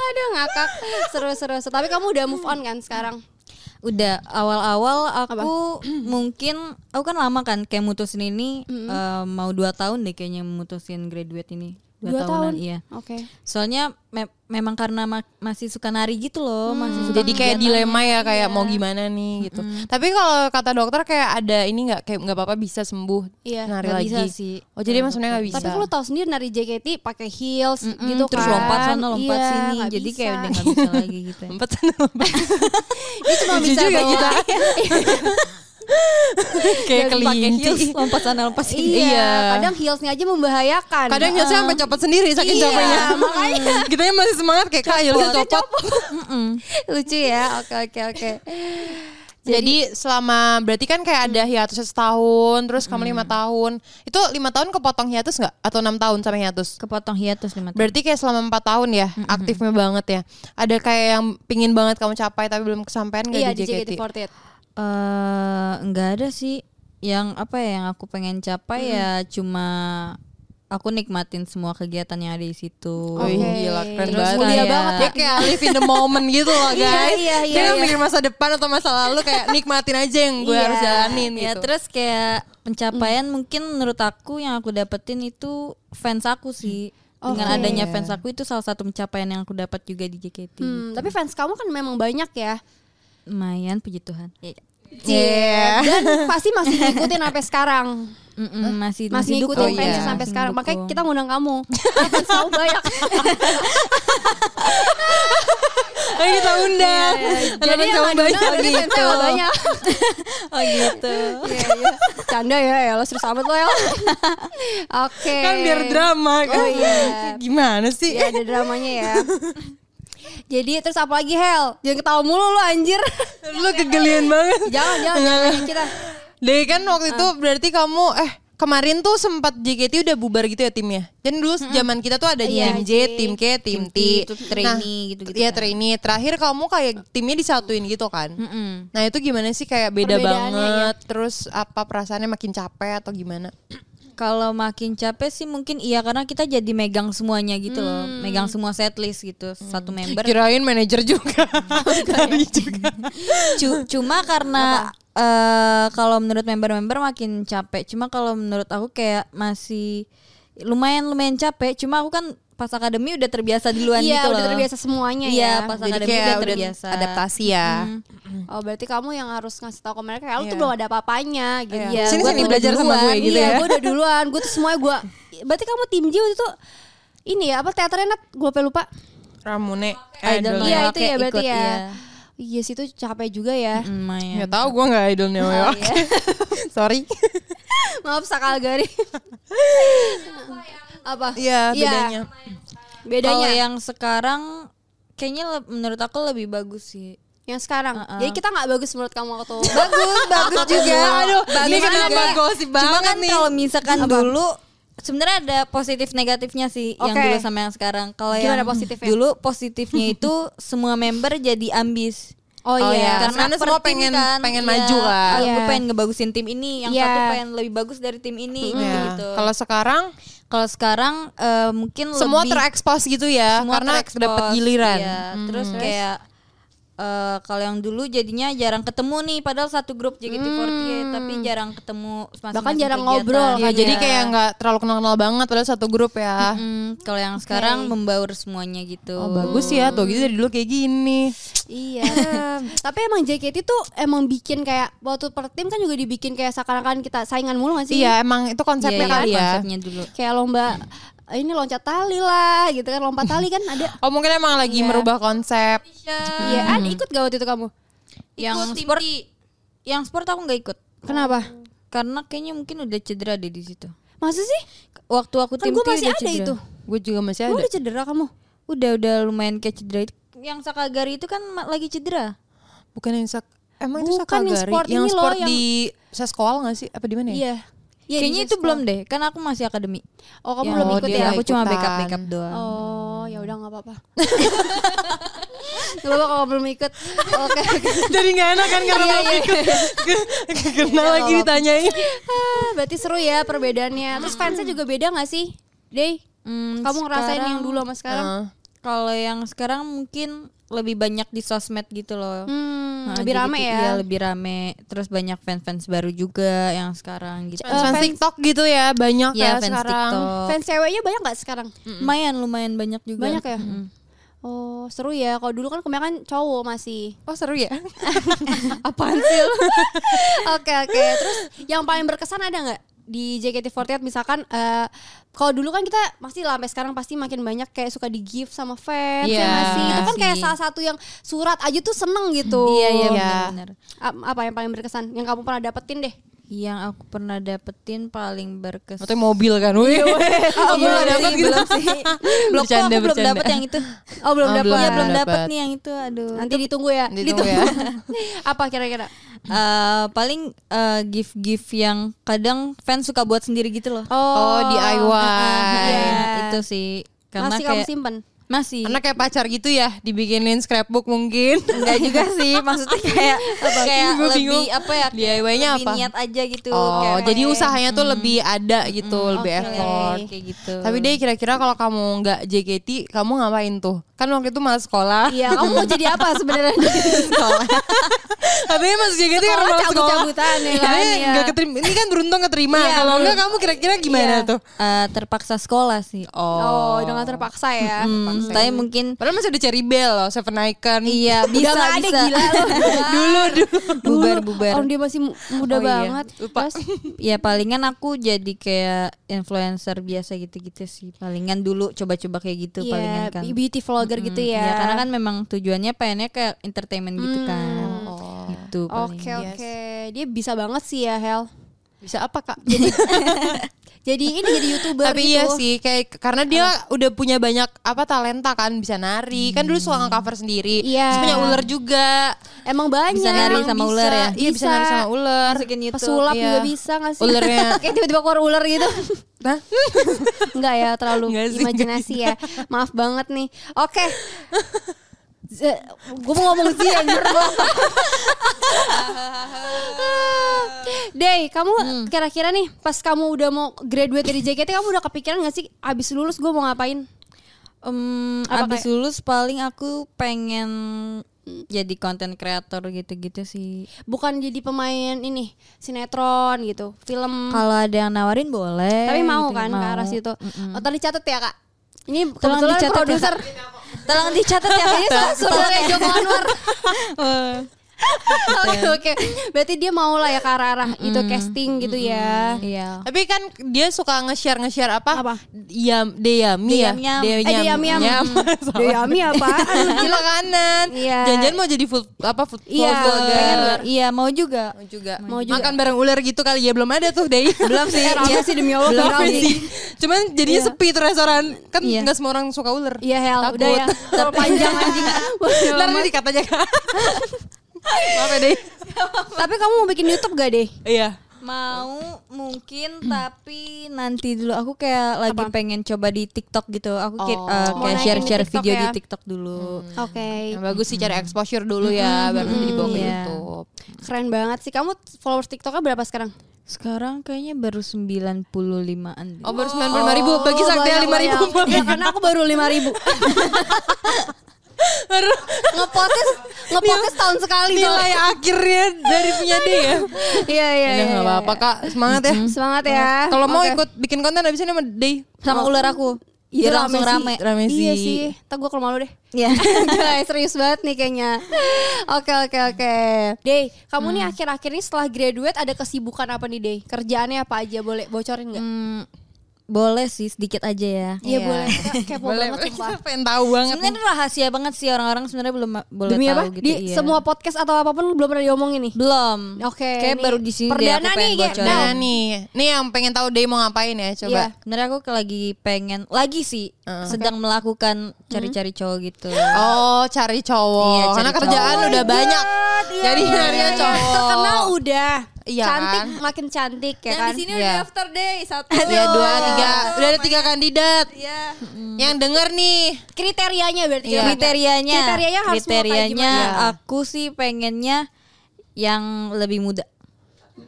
aduh ngakak seru-seru seru. tapi kamu udah move on kan sekarang
Udah awal-awal aku mungkin aku kan lama kan kayak mutusin ini eh, mau dua tahun deh kayaknya mutusin graduate ini. Dua, tahunan iya.
oke
Soalnya me- memang karena ma- masih suka nari gitu loh, masih suka
Jadi kayak
kegiatan.
dilema ya kayak mau gimana nih gitu Tapi kalau kata dokter kayak ada ini nggak kayak nggak apa-apa bisa sembuh
Iya,
nari
nggak
lagi
bisa sih.
Oh jadi emang sebenarnya nggak bisa
Tapi kalau tahu sendiri nari JKT pakai heels gitu
terus
kan.
lompat sana lompat
Iya,
sini.
nggak
Jadi kayak
bisa.
udah gak bisa lagi gitu. <laughs> ya.
Empat <laughs> Ini
<laughs>
cuma
bisa bawa-
Iya.
Kayak
Dan pakai heels,
kelinci
<laughs> lompat sana lompat sini.
Iya,
Iya.
kadang heelsnya aja membahayakan.
Kadang heelsnya sampai copot sendiri saking
Iya,
capeknya. <laughs>
makanya.
Kitanya masih semangat kayak kak heelsnya copot.
Mm-mm.
<laughs> lucu ya. Oke oke oke.
Jadi, selama berarti kan kayak
Hmm.
ada hiatus setahun, terus kamu lima tahun. Itu lima tahun kepotong hiatus nggak? Atau enam tahun sama hiatus?
Iya. Kepotong hiatus lima tahun.
Berarti kayak selama empat tahun ya,
Hmm.
aktifnya banget ya. Ada kayak yang pingin banget kamu capai tapi belum kesampaian nggak
Iya
di
di
JKT?
JKT48.
Eh, nggak ada sih yang apa ya yang aku pengen capai ya cuma aku nikmatin semua kegiatan yang ada di situ.
Wih,
Oke.
gila keren
Oh, Terus
banget.
kuliah banget, ya.
Dia kayak live in the moment gitu loh
<laughs> Iya,
guys.
iya, iya,
Dia nggak
iya.
mikir masa depan atau masa lalu kayak nikmatin aja yang gue
Iya.
harus jalanin
Ya
gitu.
terus kayak pencapaian
Mm.
mungkin menurut aku yang aku dapetin itu fans aku
Mm.
sih. Dengan
Oke.
adanya fans aku itu salah satu pencapaian yang aku dapat juga di JKT.
Hmm, tapi fans kamu kan memang banyak ya.
Lumayan puji Tuhan.
Iya.
<laughs> Dan pasti masih ngikutin sampai sekarang.
Mm-mm, masih
Masih
masih
ngikutin
dukung ya,
fansnya
iya.
sampai
Masih
sekarang. Makanya
dukung.
kita ngundang <laughs> kamu. Karena fans kamu <laughs> banyak.
Ayo kita undang.
Iya, Jadi
cowok
yang <laughs> banyak Iya,
banyak
berarti fansnya
gitu.
nggak banyak.
oh gitu.
Iya iya. Canda ya, ya lo serius amat lo ya. <laughs> Oke.
Kan biar drama kan.
Oh iya.
Gimana sih?
Ya <laughs> ada dramanya ya. Jadi terus apa lagi Hel? Jangan ketawa mulu lu <laughs> anjir.
Lu kegelian banget.
jangan jangan jangan nyanyiin kita.
Iya, Deh kan waktu itu berarti kamu eh kemarin tuh sempat JKT udah bubar gitu ya timnya. Dan dulu zaman kita tuh ada
Iya,
tim J,
J,
tim K,
tim
tim
T,
T.
itu trainee gitu-gitu
Iya
kan.
trainee. Terakhir kamu kayak timnya disatuin gitu kan.
Mm-mm.
Nah itu gimana sih kayak beda
Perbedaannya,
banget. Terus apa perasaannya makin capek atau gimana?
Kalau makin capek sih mungkin iya karena kita jadi megang semuanya gitu loh,
Mm.
megang semua setlist gitu satu member.
Kirain manajer juga. Nari juga.
Cu- cuma karena eh, kalau menurut member-member makin capek. Cuma kalau menurut aku kayak masih lumayan lumayan capek. Cuma aku kan pas akademi udah terbiasa duluan
Iya,
gitu loh.
udah terbiasa semuanya ya.
Iya, pas
Jadi
akademi
kayak
udah
udah
terbiasa.
adaptasi ya.
Oh, berarti kamu yang harus ngasih tahu ke mereka, "Eh, lu
Iya.
tuh belum ada apa-apanya." gitu.
Iya. Sini,
gua
sini,
tuh
belajar
udah
sama gue,
duluan.
gitu
iya,
ya.
gue udah duluan. Gue tuh semua gue Berarti kamu tim Ji waktu itu ini ya apa teaternya Nat? Gue lupa lupa.
Ramune idol.
Iya,
Idol Noyoke
itu ya berarti
ikut,
ya.
iya.
Iya, situ capek juga ya.
Mm, lumayan.
Nggak tahu gue nggak idol New York. <laughs> Sorry.
<laughs> Maaf sakal gari. apa?
Iya bedanya.
Kalau
Bedanya
yang sekarang kayaknya le- menurut aku lebih bagus sih.
yang sekarang.
Uh-uh.
Jadi kita nggak bagus menurut kamu waktu.
<laughs> Bagus, bagus juga.
Ah,
Aduh, ini kenapa gosip
Cuma
kan banget
kan
nih?
kalau misalkan dulu sebenarnya ada positif negatifnya sih yang
Oke.
dulu sama yang sekarang. Kalau yang
Gimana positifnya?
dulu positifnya itu <laughs> semua member jadi ambis.
Oh,
Oh, iya.
iya.
Karena semua
per tim
pengen- pengen
iya,
maju kan.
ah, Gue
Iya.
pengen ngebagusin tim ini, yang
Iya.
satu pengen lebih bagus dari tim ini
Iya.
gitu.
Kalau sekarang
Kalau sekarang eh, mungkin
semua
lebih
terekspos gitu ya
semua
karena
terekspos,
dapat giliran.
Ah, iya. terus kayak eh, kalau yang dulu jadinya jarang ketemu nih padahal satu grup JKT48 tapi jarang ketemu masing-masing
Bahkan jarang
kegiatan. Iya,
ngobrol
Ya,
kan
jadi kayak nggak terlalu kenal-kenal banget padahal satu grup ya.
Mm, kalau yang sekarang membaur semuanya gitu
Oh, bagus ya tuh gitu dari dulu kayak gini.
Iya. Tapi emang JKT tuh emang bikin kayak waktu per tim kan juga dibikin kayak seakan-akan kita saingan mulu gak sih?
Iya, emang itu konsepnya
Iya,
kali
iya,
ya.
konsepnya dulu
Kayak lomba eh, ini loncat tali lah gitu kan lompat tali kan ada.
Oh, mungkin emang lagi merubah konsep.
Iya, An, ikut gak waktu itu kamu?
yang sport yang sport aku nggak ikut
Kenapa?
Oh. karena kayaknya mungkin udah cedera deh di situ
Masa sih?
waktu aku
Kan
tim
gue
T
masih
udah
ada
cedera.
itu.
Gue juga masih
Lu
ada.
udah cedera kamu?
udah udah lumayan kayak cedera itu. yang Sakagari itu kan ma- lagi cedera
Bukan yang sak Emang itu
Bukan yang
Sakagari?
sport
yang
ini loh,
sport
yang-
di sekolah nggak sih? Apa di mana ya?
Iya, di
kayaknya itu
sekolah.
belum deh karena aku masih akademi
Oh, kamu
Ya,
belum
oh,
ikut
dia
ya?
nggak
aku cuma
ikutan.
backup backup doang
Oh, ya udah nggak apa-apa. <laughs> Gak apa-apa kalau belum ikut. Oke. oke.
<laughs>
<laughs>
Jadi nggak enak kan karena belum <laughs> ikut. Karena lagi ditanyain.
Ah, Berarti seru ya perbedaannya. Terus fansnya juga beda gak sih? Day,
Hmm,
kamu ngerasain
sekarang-
yang dulu sama sekarang?
Heeh.
kalau yang sekarang mungkin lebih banyak di sosmed gitu loh
Hmm,
Nah,
lebih
jadi
rame
tuh-
ya.
iya, lebih rame terus banyak fans fans baru juga yang sekarang gitu
Fans,
fans-
TikTok gitu ya banyak ya,
Iya,
sekarang.
Fans ceweknya banyak nggak sekarang?
lumayan lumayan banyak juga
Banyak ya? Oh, seru ya. Kalau dulu kan kebanyakan cowok
<laughs>
masih.
Oh seru ya.
Apaan sih lu? <laughs> Oke, oke. Terus yang paling berkesan ada nggak? di JKT48 misalkan eh, kalau dulu kan kita masih lah sampai sekarang pasti makin banyak kayak suka di gift sama fans ya
Iya,
nggak sih? itu kan
sih.
kayak salah satu yang surat aja tuh seneng gitu
iya iya
Iya.
benar
A- apa yang paling berkesan yang kamu pernah dapetin deh
yang aku pernah dapetin paling berkesan <laughs>
Atau mobil kan. Wih.
Oh,
Belum dapet gitu.
belum sih. Belum kok
Bercanda,
aku belum
bercanda.
dapat yang itu.
oh belum
Oh,
dapet
belum.
Iya, belum dapat
dapet.
nih yang itu. Aduh.
nanti ditunggu ya
Ditunggu ya.
<laughs> apa kira-kira
Eh, paling eh, gift-gift yang kadang fans suka buat sendiri gitu loh.
<laughs> Oh
Ah,
DIY.
iya,
Iya.
itu sih. Karena
masih kamu
kayak
simpen
masih
Karena kayak pacar gitu ya, dibikinin scrapbook mungkin.
enggak juga sih. Maksudnya kayak kayak
Gue
lebih
bingung.
apa ya?
DIY-nya
lebih
apa?
niat aja gitu.
Oh,
kayak-
jadi usahanya tuh lebih ada gitu, lebih
oke.
effort.
kayak gitu.
Tapi deh kira-kira kalau kamu nggak JKT, kamu ngapain tuh? Kan waktu itu malah sekolah. <laughs>
iya kamu mau jadi apa
<laughs>
sebenarnya
sekolah. Katanya masuk JKT karena malah
Sekolah
kan sekolah.
cabut-cabutan ya kan,
Ini
iya.
nggak keterima. Ini kan beruntung keterima. kalau nggak kamu kira-kira gimana
Iya.
tuh?
Eh, terpaksa sekolah sih.
oh dengan terpaksa ya
Hmm, tapi mungkin
Padahal masih ada Cherry Bell loh, Seven Icon.
iya bisa
Udah nggak ada
bisa.
gila lu.
<laughs>
<laughs>
dulu dulu.
<laughs> bubar bubar.
Om dia masih mu- muda
Oh, iya.
banget.
Lupa.
Terus
Ya palingan aku jadi kayak influencer biasa gitu-gitu sih. Palingan dulu coba-coba kayak gitu
iya,
palingan kan.
beauty vlogger gitu ya. Hmm.
Ya karena kan memang tujuannya pengennya kayak entertainment gitu kan. Gitu
Oh. Oke
paling.
oke, dia bisa banget sih ya Hel.
Bisa apa kak?
Jadi ini jadi youtuber
<laughs> Tapi
gitu.
iya sih, kayak karena dia
Ah.
udah punya banyak apa talenta kan, bisa nari. Kan dulu suka cover sendiri. Terus
Iya.
punya ular juga.
Emang banyak.
Bisa nari
Emang
sama
bisa.
ular ya?
Iya, bisa
Bisa.
nari sama ular.
Masukin YouTube. ya.
Pesulap
Iya.
juga bisa nggak sih?
Ulernya.
<laughs> Kayak tiba-tiba keluar ular gitu.
<laughs> Hah?
<laughs> Enggak ya, terlalu
Nggak sih, <laughs>
imajinasi ya. Maaf banget nih. Oke. Gue mau ngomong sih anjir gua. <laughs> Day, kamu
Hmm.
kira-kira nih pas kamu udah mau graduate dari JKT kamu udah kepikiran gak sih abis lulus gue mau ngapain?
Em,
Apa
abis
kayak-
lulus paling aku pengen jadi content creator gitu-gitu sih.
Bukan jadi pemain ini sinetron gitu, film.
Kalau ada yang nawarin boleh.
Tapi mau
gitu,
kan ke
mau.
arah situ. Oh, tadi catat ya kak. Ini
Tolong
kebetulan
dicatat ya,
produser
Kak. Tolong
<laughs>
dicatat ya kayaknya salah
saudaranya Joko Anwar. <laughs> Oke
Betul.
oke. Berarti dia mau lah ya ke arah-arah itu casting gitu ya.
Iya.
Tapi kan dia suka nge-share nge-share apa?
Apa?
Yam, deyami ya.
Deyam-yam.
Deyam-yam.
Eh Deyami Yam. <laughs>
Yam. <laughs> Salah.
Deyami apa?
Gila kanan.
Iya.
Jangan-jangan mau jadi food apa food
Iya,
food
Pengen
blogger.
nggak? Iya mau juga.
Mau juga.
Mau juga.
Makan bareng ular gitu kali ya belum ada tuh Dey.
Belum sih.
Eh, rame
iya.
sih demi Allah,
Belum
viral
sih.
sih.
Cuman jadinya sepi tuh restoran. Kan
Iya.
nggak semua orang suka ular.
Iya Hel, udah ya. Terlalu panjang anjing.
Ntar ini dikatanya
<laughs>
kan. Maaf ya Dey.
Tapi kamu mau bikin YouTube gak deh?
Iya.
Mau mungkin tapi nanti dulu aku kayak lagi pengen coba di TikTok gitu. Aku ki-
Oh.
eh,
Mau
kayak
naikin
share-share
di TikTok
video
ya? Hmm.
di TikTok dulu.
Oke.
Yang bagus sih cari exposure dulu ya baru nanti dibawa ke
Iya.
YouTube.
Keren banget sih. Kamu followers TikToknya berapa sekarang?
Sekarang kayaknya baru 95-an. deh.
Oh, baru 95 ribu. Bagi Saktia
banyak,
5 ribu.
banyak. Iya, karena aku baru 5
<laughs>
ribu.
Baru
Ngepotes, ngepotes tahun sekali.
nilai akhirnya Iya, dari punya dia ya.
<laughs> Iya, iya,
Udah
iya.
nggak apa-apa kak, semangat ya.
Semangat ya.
Kalau mau
Oke.
ikut bikin konten abis ini sama Day.
Sama ular aku. Iya langsung rame.
Rame sih.
Iya Oh. sih. Ntar gue ke rumah lu deh. <laughs>
Iya.
Gila, serius banget nih kayaknya. Oke, oke, oke. Day, kamu nih akhir-akhir ini setelah graduate ada kesibukan apa nih, Day? Kerjaannya apa aja? Boleh bocorin nggak?
Hmm, boleh sih sedikit aja ya.
Iya,
Iya.
boleh. Kita kepo
Boleh,
banget, sumpah.
kita <laughs> pengen tahu banget. nih.
Sebenarnya rahasia banget sih orang-orang sebenarnya belum ma- boleh
Demi
tahu
apa?
gitu.
Di
iya.
semua podcast atau apapun belum pernah diomongin nih.
belum.
Oke,
Kayak
ini
baru di sini deh
perdana
aku pengen
nih, kayak-
bocorin.
Nah nih, nih yang pengen tahu Day mau ngapain ya coba.
Iya.
Sebenarnya aku ke- lagi pengen lagi sih sedang
Hmm.
melakukan cari-cari cowok gitu.
Oh cari cowok,
Iya, cari
karena kerjaan
cowok.
udah banyak. Jadi
Oh iya,
nyari
iya, iya.
cowok.
Terkenal udah.
Iya
cantik
kan?
makin cantik ya
Dan
kan.
di sini
Iya.
udah daftar deh <laughs> satu.
Iya dua tiga, udah ada tiga kandidat.
Iya.
Yang denger nih,
kriterianya berarti
Iya.
ya.
Kriterianya.
Kriterianya harus mau kayak
Kriterianya
gimana?
aku sih pengennya yang lebih muda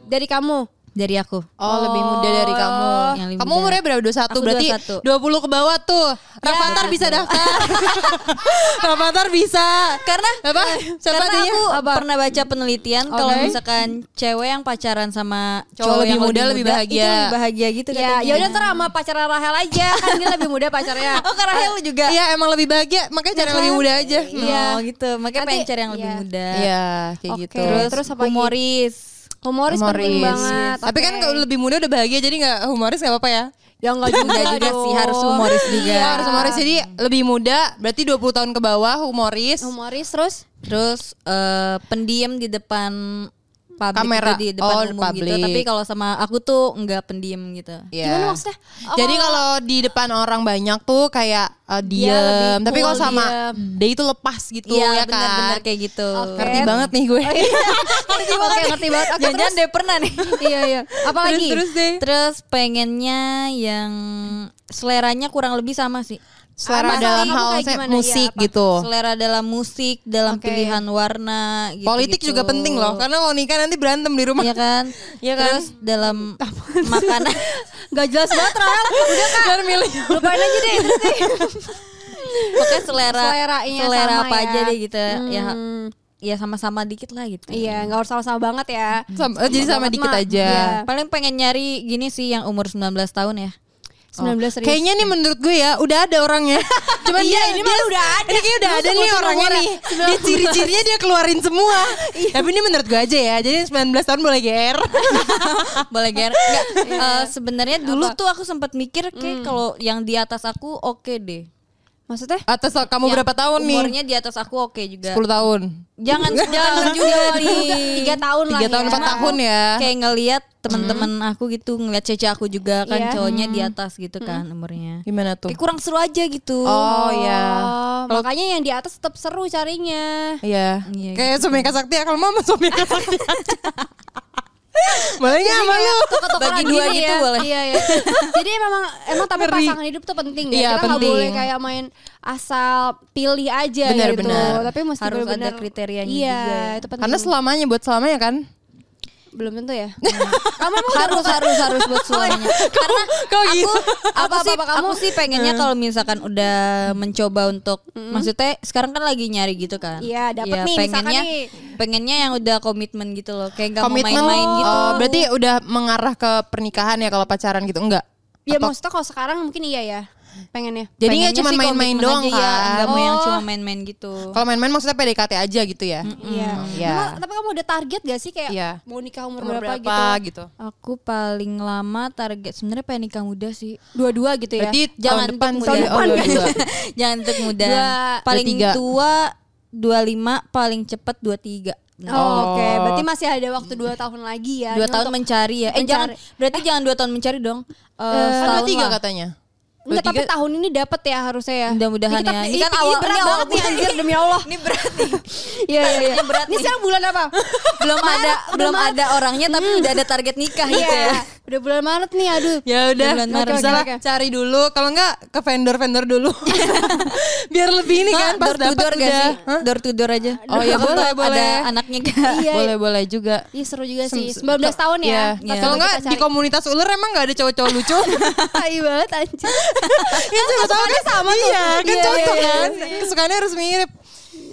dari kamu.
dari aku.
Oh, lebih muda dari kamu.
Yang lebih
Kamu
muda.
umurnya berapa? 21
Aku
berarti
21.
20 ke bawah tuh. Rafathar bisa daftar. <laughs> Rafathar bisa.
Karena
Apa? Siapa
Karena
tadinya?
aku
Apa?
pernah baca penelitian kalau
Oke.
misalkan cewek yang pacaran sama
Cowok lebih
yang
muda lebih bahagia. Iya,
itu lebih bahagia gitu
Ya, ya udah ntar sama pacarnya Rahel aja kan dia lebih muda
<laughs>
pacarnya.
Oh, karena Rahel juga.
Iya, emang lebih bahagia. Makanya cari yang lebih muda aja. Oh,
Iya, gitu. Makanya
Nanti-
pengen cari yang lebih
iya.
muda.
Iya, kayak
Oke.
gitu.
Terus,
Terus apa lagi?
humoris.
Humoris,
Humoris.
penting banget.
Tapi kan
oke.
kalau lebih muda udah bahagia jadi nggak humoris nggak apa-apa ya.
ya enggak juga,
Enggak juga
dong.
sih harus humoris juga.
Iya, harus humoris. Jadi lebih muda berarti 20 tahun ke bawah humoris.
Humoris terus
Terus eh pendiam di depan publik
Kamera.
gitu, di depan
Oh,
umum gitu.
public.
Tapi kalau sama aku tuh enggak pendiam gitu.
Iya.
gimana <laughs> maksudnya? Oh,
Jadi kalau di depan orang banyak tuh kayak eh,
Dia
diem,
lebih
tapi kalau
cool,
sama
diem.
dia itu lepas gitu
Iya,
ya Nah, kan.
benar-benar kayak gitu.
Oke.
Ngerti banget nih
<laughs>
gue.
Iya. ngerti banget, oke, ngerti banget.
Ya,
Oke,
Jangan-jangan deh pernah
<laughs>
nih.
iya iya. Apalagi?
Terus, terus deh.
Terus pengennya yang seleranya kurang lebih sama sih.
Selera
Masalah
dalam
kamu
hal
kayak
se-
gimana? Iya,
musik
apa?
gitu.
Selera dalam musik, dalam
Oke.
pilihan warna gitu.
Politik juga penting loh, karena kalau nikah nanti berantem di rumah.
Iya kan?
<laughs> Iya kan?
Terus
<laughs>
dalam makanan
Gak jelas banget Rahel. Udah Kak.
Biar milih.
Lupain aja deh. Terus deh.
pokoknya selera
Seleranya
selera
sama
apa
ya.
aja deh gitu. Ya
Hmm.
ya sama-sama dikit lah gitu.
Iya, gak harus sama-sama banget ya.
Sama- eh, jadi sama
banget,
dikit
Ma.
aja.
Iya.
Ya, Paling pengen nyari gini sih yang umur 19 tahun
<laughs>
ya.
19 serius.
Oh. Kayaknya nih menurut gue ya udah ada
<laughs>
orangnya. Cuman
Iya,
dia
ini
dia,
mah udah ada.
Ini kayaknya udah
Lu
ada nih
sebutin
orangnya
nomornya.
nih. Dia ciri-cirinya dia keluarin
<laughs>
semua.
Iya.
Tapi ini menurut gue aja ya. Jadi 19 tahun boleh GR.
Boleh ger.
<laughs>
Nggak,
Iya.
eh, sebenarnya dulu tuh aku sempat mikir
Hmm.
kayak kalau yang di atas aku oke deh.
Maksudnya?
Atas kamu
Iya.
Yang
berapa tahun nih?
Umurnya di atas aku oke juga.
10 tahun. <laughs>
Jangan jangan juga nih.
Tiga tahun lah
Tiga tahun
ya.
empat tahun ya.
Kayak ngelihat teman-teman aku gitu, ngelihat cece aku juga kan
Iya.
cowoknya di atas gitu kan umurnya.
Gimana tuh?
Kayak kurang seru aja gitu.
Oh ya.
Oh, makanya yang di atas tetap seru carinya.
Iya.
Iya,
Kayak suami Kasakti ya, kalau mau sama suami <laughs> Kasakti. Boleh enggak sama lu?
Tuker-tukeran
Iya, Bagi dua
gini
gitu boleh.
Iya, iya. Jadi memang
<laughs>
emang tapi
Ngeri.
pasangan hidup tuh penting ya.
Iya,
Kita nggak
penting.
boleh kayak main asal pilih aja
Benar,
gitu.
benar.
Tapi mesti
Harus ada
benar-benar-
kriterianya
iya,
juga ya.
itu penting.
Karena selamanya buat selamanya kan.
belum tentu
<laughs>
ya.
Kamu harus harus harus buat suaminya. Karena
Kok gitu?
apa sih,
Apa-apa kamu?
aku sih pengennya kalau misalkan udah mencoba untuk maksudnya sekarang kan lagi nyari gitu kan.
Iya, dapet nih,
pengennya
misalkan nih.
pengennya yang udah komitmen gitu loh. Kayak nggak mau
Komitmen
main-main gitu.
Oh, berarti udah mengarah ke pernikahan ya kalau pacaran gitu? Enggak.
Ya
Atau-
maksudnya kalau sekarang mungkin iya ya. pengennya?
Jadi nggak
Pengennya
cuma
sih
main-main
komitmen
doang
aja ya,
kan?
nggak mau yang
Oh.
cuma main-main gitu.
Kalau main-main maksudnya PDKT aja gitu ya.
Hmm,
Iya.
Iya.
Emang- tapi kamu udah target gak sih kayak
Iya.
mau nikah umur,
Umur
berapa, gitu?
gitu.
Aku paling lama target sebenarnya pengen nikah muda sih.
Dua-dua gitu ya.
Berarti
Jangan
tahun depan
untuk
sih.
muda.
Oh,
Tahun depan
dua-dua.
<laughs> Jangan untuk muda.
Dua-
paling
dua tiga.
tua 25, paling cepat 23.
Oh, oke. Berarti masih ada waktu dua tahun lagi ya.
Dua
Ini
tahun
untuk-
mencari ya. Eh
mencari.
jangan berarti jangan dua tahun mencari dong. Eh,
Kan
setahun
dua tiga
lah. <laughs>
katanya. Dua
Enggak, tapi
tiga-
tahun ini dapat ya harusnya ya.
Mudah-mudahan
Ini kita-
ya.
Ini kan awal
ini awal
banget nih
bulan.
anjir demi Allah.
Ini berarti
Iya iya iya.
berat
Ini
nih.
sekarang bulan
<laughs>
apa?
<laughs> belum ada belum ada orangnya tapi udah ada target nikah gitu ya.
Iya, Udah bulan Maret nih, aduh.
Ya udah,
Bulan Maret.
bisa lah
Oke, oke.
cari dulu. Kalau enggak ke vendor-vendor <laughs> dulu. Biar lebih ini kan pas
door to
dapat
door gak
udah.
sih? Door to door aja.
Oh, iya,
Aku
boleh,
tahu
boleh.
Ada anaknya gak?
Iya.
Boleh-boleh juga.
Iya seru juga
Sem-
sih. 19 tahun ya.
Iya. Kalau enggak di komunitas ular emang enggak ada cowok-cowok <laughs> lucu.
<laughs> Tai banget Iya. anjir.
<laughs> Ya siapa tahu kan sama tuh. Iya, kan
Iya,
cocok
iya,
kan. Kesukaannya harus mirip.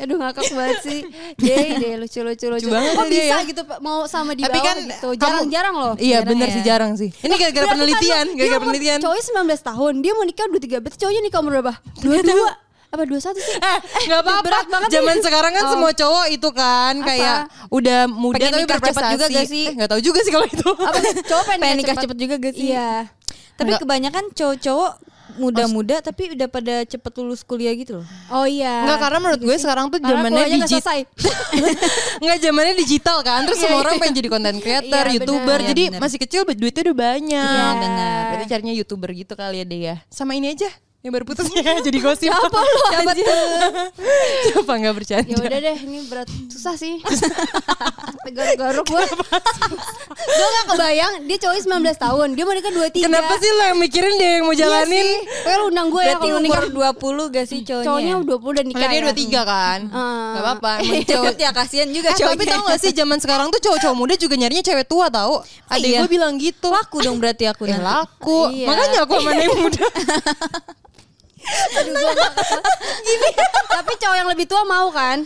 Aduh ngakak banget sih. Jadi deh lucu-lucu lucu.
banget
Kok
dia
bisa
ya.
gitu Pak? mau sama di
Tapi
bawah
kan
gitu.
kamu-
Jarang-jarang loh.
Iya, bener
ya.
sih jarang sih. Ini gara-gara
Berarti
penelitian,
kan lu- dia
gara-gara
umur-
penelitian.
Cowoknya 19 tahun, dia mau nikah 23, berarti cowoknya nikah umur berapa? 22 apa 21 sih?
<laughs> Eh, nggak apa-apa.
berat banget
Zaman
nih.
sekarang kan
Oh.
semua cowok itu kan kayak udah muda
Pengen
tapi
nikah cepet
berprestasi.
juga gak sih?
Eh, nak tahu juga sih kalau itu.
Apa
<laughs>
cowok pengen,
Pengen nikah cepet juga gak sih?
Iya.
Tapi
Enggak.
kebanyakan cowok-cowok muda-muda tapi udah pada cepet lulus kuliah gitu loh.
Oh iya.
Enggak karena menurut gue sekarang tuh
Karena
zamannya
kuliahnya nggak
digit-
selesai.
<laughs> Enggak zamannya digital kan. Terus
Iya,
semua
iya,
orang pengen jadi konten creator,
Iya,
YouTuber.
benar.
Jadi
Iya, benar.
masih kecil duitnya udah banyak.
Iya, benar.
Berarti carinya YouTuber gitu kali ya deh ya. Sama ini aja yang baru putusnya jadi gosip.
Siapa lu
<laughs> Siapa
anjir?
tuh? <laughs> Siapa enggak bercanda?
Ya udah deh, ini berat susah sih. Garuk-garuk gue. <laughs> gue gak kebayang dia cowoknya 19 tahun, dia mau nikah 23.
<laughs> Kenapa sih lo yang mikirin dia yang mau
Iya
jalanin?
Pokoknya lu undang gue ya
Berarti
kalau lu
umur
nikah.
20 gak sih cowoknya?
Cowoknya 20 dan nikah.
Karena dia
ya.
23 kan.
Hmm.
Gak
<laughs>
apa-apa. emang cowok-
cepet ya kasihan juga
Eh, tapi tau gak sih zaman sekarang tuh cowok-cowok muda juga nyarinya cewek tua tau Ada
iya?
yang gue bilang gitu
Laku dong berarti aku
Eh,
nanti.
laku
Iya.
Makanya aku sama yang muda
Aduh, gua nggak kesel. Tapi cowok yang lebih tua mau kan?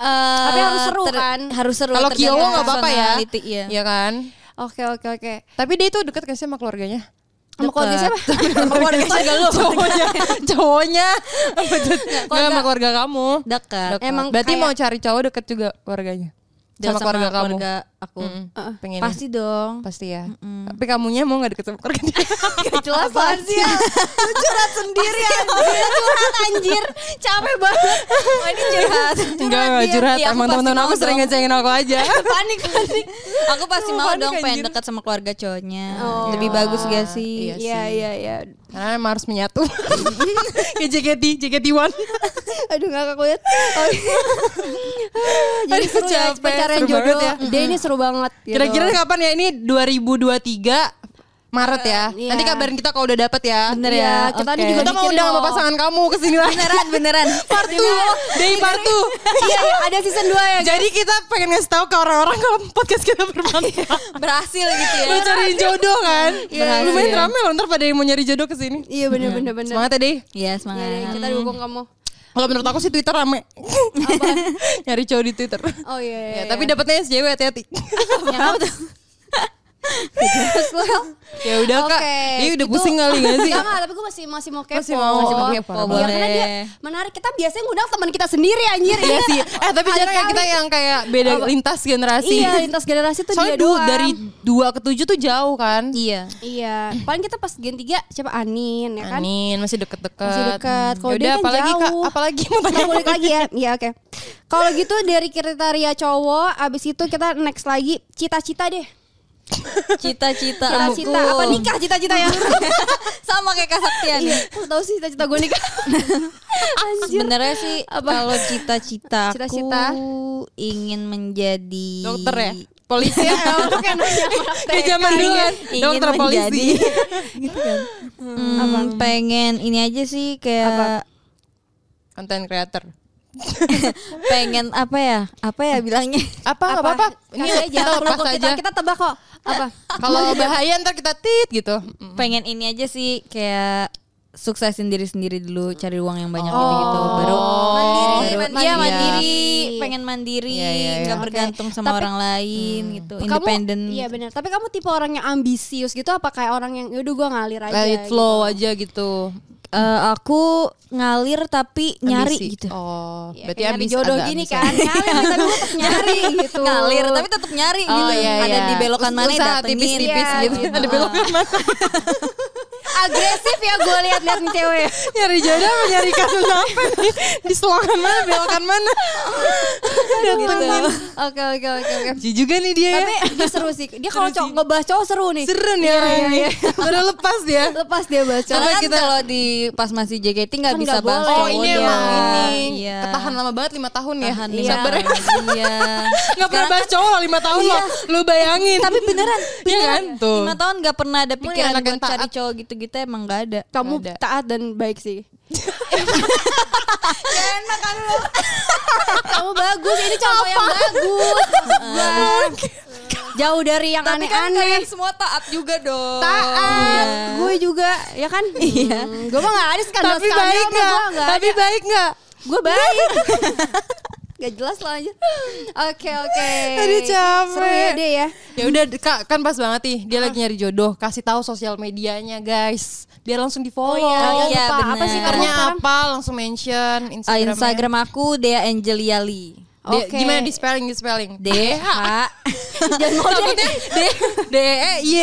Eh,
Tapi harus seru kan?
Harus seru.
Kalau
tergantung
Kiowo gak apa-apa ya
personality, Iya.
Iya kan
Oke oke oke.
Tapi dia tuh deket gak sih sama keluarganya?
Sama keluarga siapa?
Sama keluarga <laughs> juga lu Cowoknya Cowoknya Apa tuh? Nggak sama keluarga kamu
Dekat.
Dekat.
Emang
Berarti
kayak-
mau cari cowok deket juga keluarganya
Dekat
Sama, keluarga,
keluarga
kamu
aku.
Mm-mm.
Uh-uh.
Pengennya
Pasti <laughs> dong.
Pasti ya Tapi kamunya mau gak deket sama keluarga dia
Gak jelas banget sih. ya. Lu curhat sendiri anjir. Lu curhat anjir. Capek banget.
Oh, ini curhat.
Enggak, enggak
dia.
curhat
Iya, aku
Emang
pasti
teman-teman aku
mau
sering
dong.
ngecengin aku aja
Panik panik.
Aku pasti mau
Panik,
dong pengen
anjir.
dekat sama keluarga cowoknya.
Oh.
Lebih bagus gak sih?
Iya
Iya
sih.
iya iya.
Karena emang harus menyatu <laughs> Ke JKT, JKT1
Aduh gak aku lihat. iya.
<laughs>
Jadi
Aduh,
seru ya
capek.
pencarian
Seru
jodoh.
banget ya.
Dia ini seru banget. gitu.
Kira-kira kapan ya? Ini 2023 Maret ya
Eh, iya.
Nanti kabarin kita kalau udah dapet ya
Bener
Iya,
ya.
kita tadi
oke.
juga
Kita mau
Mikirin
undang sama
loh.
pasangan kamu kesini lagi
beneran
<laughs>
beneran.
Part 2 <laughs> Day part 2
Iya iya, ada season 2 ya.
<laughs> Jadi kita pengen ngasih tahu ke orang-orang Kalau podcast kita <laughs> bermanfaat
<laughs> Berhasil gitu ya.
Mau Iya. cariin jodoh <laughs> kan
Berhasil.
Lumayan rame loh Ntar pada yang mau nyari jodoh kesini
Iya bener bener bener.
Semangat ya deh
Iya,
Iya,
semangat.
iya, kita dukung kamu.
Kalau menurut aku sih Twitter rame <laughs> Nyari cowok di Twitter
Oh iya. iya,
Ya,
iya.
tapi dapetnya SJW <laughs> hati-hati.
Yang apa
<laughs>
tuh?
ya udah Iya, kak,
Oke,
ini udah
itu-
pusing kali gak sih?
Enggak, enggak, tapi gue masih masih mau kepo.
Masih mau, masih mau kepo.
Oh,
Iya, karena dia
boleh.
menarik. Kita biasanya ngundang teman kita sendiri anjir.
Iya sih. Eh tapi jarang ya
Kali-kali.
kita yang kayak beda
Apa?
lintas generasi.
Iya, lintas generasi tuh
Soalnya
dia
du-
doang.
dari dua ke tujuh tuh jauh kan.
Iya.
Iya, paling kita pas gen 3 siapa Anin ya kan?
Anin masih deket-deket.
Masih dekat. Kalau
Yaudah,
dia kan
apalagi
jauh.
kak, apalagi mau
Kita
tanya.
balik lagi ya. Iya, oke. Kalau gitu dari kriteria cowok, abis itu kita next lagi cita-cita deh.
Cita-cita aku.
Cita-cita apa nikah cita-cita
<laughs>
ya?
Sama kayak Kak ya? Saktian.
Iya, kok tahu sih cita-cita gue
<laughs>
nikah. Anjir.
Sebenarnya sih kalau cita-cita aku
Cita-cita?
ingin menjadi
Dokter ya?
Iya.
Polisi
<laughs>
ya?
Oke, kan nanya anak
Kayak
TK.
zaman dulu kan.
ingin
Dokter polisi.
<laughs>
menjadi- Hmm, pengen ini aja sih kayak
Konten creator.
pengen apa ya? Apa ya bilangnya?
Apa? Gak apa-apa. Ini
Kasih aja,
kita lepas
kita,
aja.
kita tebak kok. Apa?
Kalau bahaya ntar kita tit gitu.
<laughs> pengen ini aja sih kayak suksesin diri sendiri dulu, cari uang yang banyak
Oh.
gitu-gitu baru
Mandiri,
baru-
mandiri.
Iya, mandiri,
Mandiri.
pengen mandiri,
Iya,
nggak
iya, iya.
gak bergantung sama orang lain gitu, independen.
Kamu, iya benar. Tapi kamu tipe orang yang ambisius gitu apa kayak orang yang yaudah gua ngalir aja?
Let it
gitu?
flow aja gitu.
eh, aku ngalir tapi nyari
Ambisi.
gitu.
Oh,
Ya,
berarti
kayak
abis
nyari jodoh
agak ya.
gini
ambisi.
kan
<laughs>
ngalir tapi tetap nyari gitu
Ngalir tapi tetap nyari
Oh,
gitu.
iya,
Ada
iya.
di belokan mana
Usaha
datengin.
tipis-tipis
Iya,
gitu. Ada belokan mana.
agresif ya gue lihat-lihat <laughs> nih cewek
nyari jodoh apa nyari kasus apa nih? <laughs> Di selokan mana, belokan mana?
gitu. oke oke oke oke
Ji juga nih dia ya.
tapi dia seru sih dia kalau cowok ngebahas cowok seru nih
Seru nih orang ini. <laughs> Baru lepas dia.
lepas dia bahas cowok
Karena kan kalau di pas masih JKT nggak
Kan
bisa
nggak
bahas
boleh.
Oh,
cowok
ini
dia.
emang ini.
Iya.
Ketahan lama banget 5 tahun ya.
Tahan
Iya.
<laughs>
lima
Sabar ya.
tahun. Iya.
Gak pernah bahas cowok loh 5 tahun loh. Lu bayangin.
Tapi beneran,
<laughs> Iya kan? Tuh.
lima tahun nggak pernah ada pikiran
anak yang
buat cari
taat.
cowok gitu-gitu emang nggak ada.
kamu
Ada.
taat dan baik <laughs> sih enak kan
<laughs>
lo kamu bagus ini contoh yang bagus Maksud gua, jauh dari yang aneh-aneh
semua taat juga
Iya.
dong.
taat gue juga ya kan iya gue mah gak ada skandal
Tapi baik
gak
gak? Tapi baik gak?
gue
<laughs>
baik gak jelas lah aja oke oke
Aduh, capek.
seru ya deh ya
Ya udah Kak, kan pas banget nih dia lagi nyari jodoh. Kasih tahu sosial medianya, guys. Biar langsung di-follow.
Oh, iya,
lupa. apa sih namanya
bener.
Twitternya apa? Langsung mention
Ah,
Instagram.
Instagram aku Dea Angeliali.
Dia-
Oke.
Gimana di spelling di spelling?
D H <laughs>
jangan mau deh
D D E Y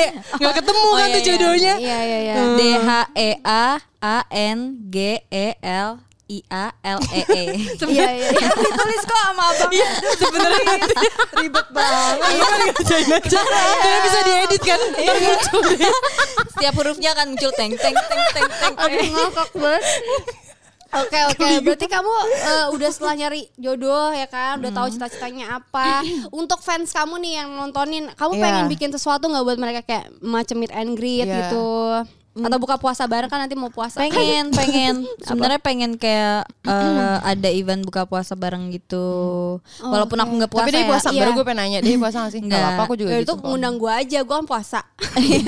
nggak ketemu kan
iya,
tuh
iya.
jodohnya. <laughs>
iya iya iya
D H E A A N G E L I A L E <laughs> E.
iya iya iya.
Ditulis kok sama abang.
Sebenarnya nanti
Ribet banget.
Iya kan ngerjain aja. Karena bisa diedit kan. Ntar muncul deh.
Setiap hurufnya akan muncul teng teng teng teng <laughs> teng.
aduh ngakak banget Oke oke, berarti kamu eh, udah setelah nyari jodoh ya kan, udah tahu cita-citanya apa. Untuk fans kamu nih yang nontonin, kamu
Iya.
pengen bikin sesuatu nggak buat mereka kayak macam meet and greet
Iya.
gitu, atau buka puasa bareng kan nanti mau puasa.
Pengen, pengen. Sebenarnya pengen kayak eh, ada event buka puasa bareng gitu. Walaupun aku nggak
Tapi
puasa
dia
ya. <laughs>
puasa
iya.
baru gue pengen nanya dia puasa nggak sih? Nggak
Nggak.
apa-apa aku juga
Ya
gitu.
itu ngundang gue aja, gue kan puasa.
Iya.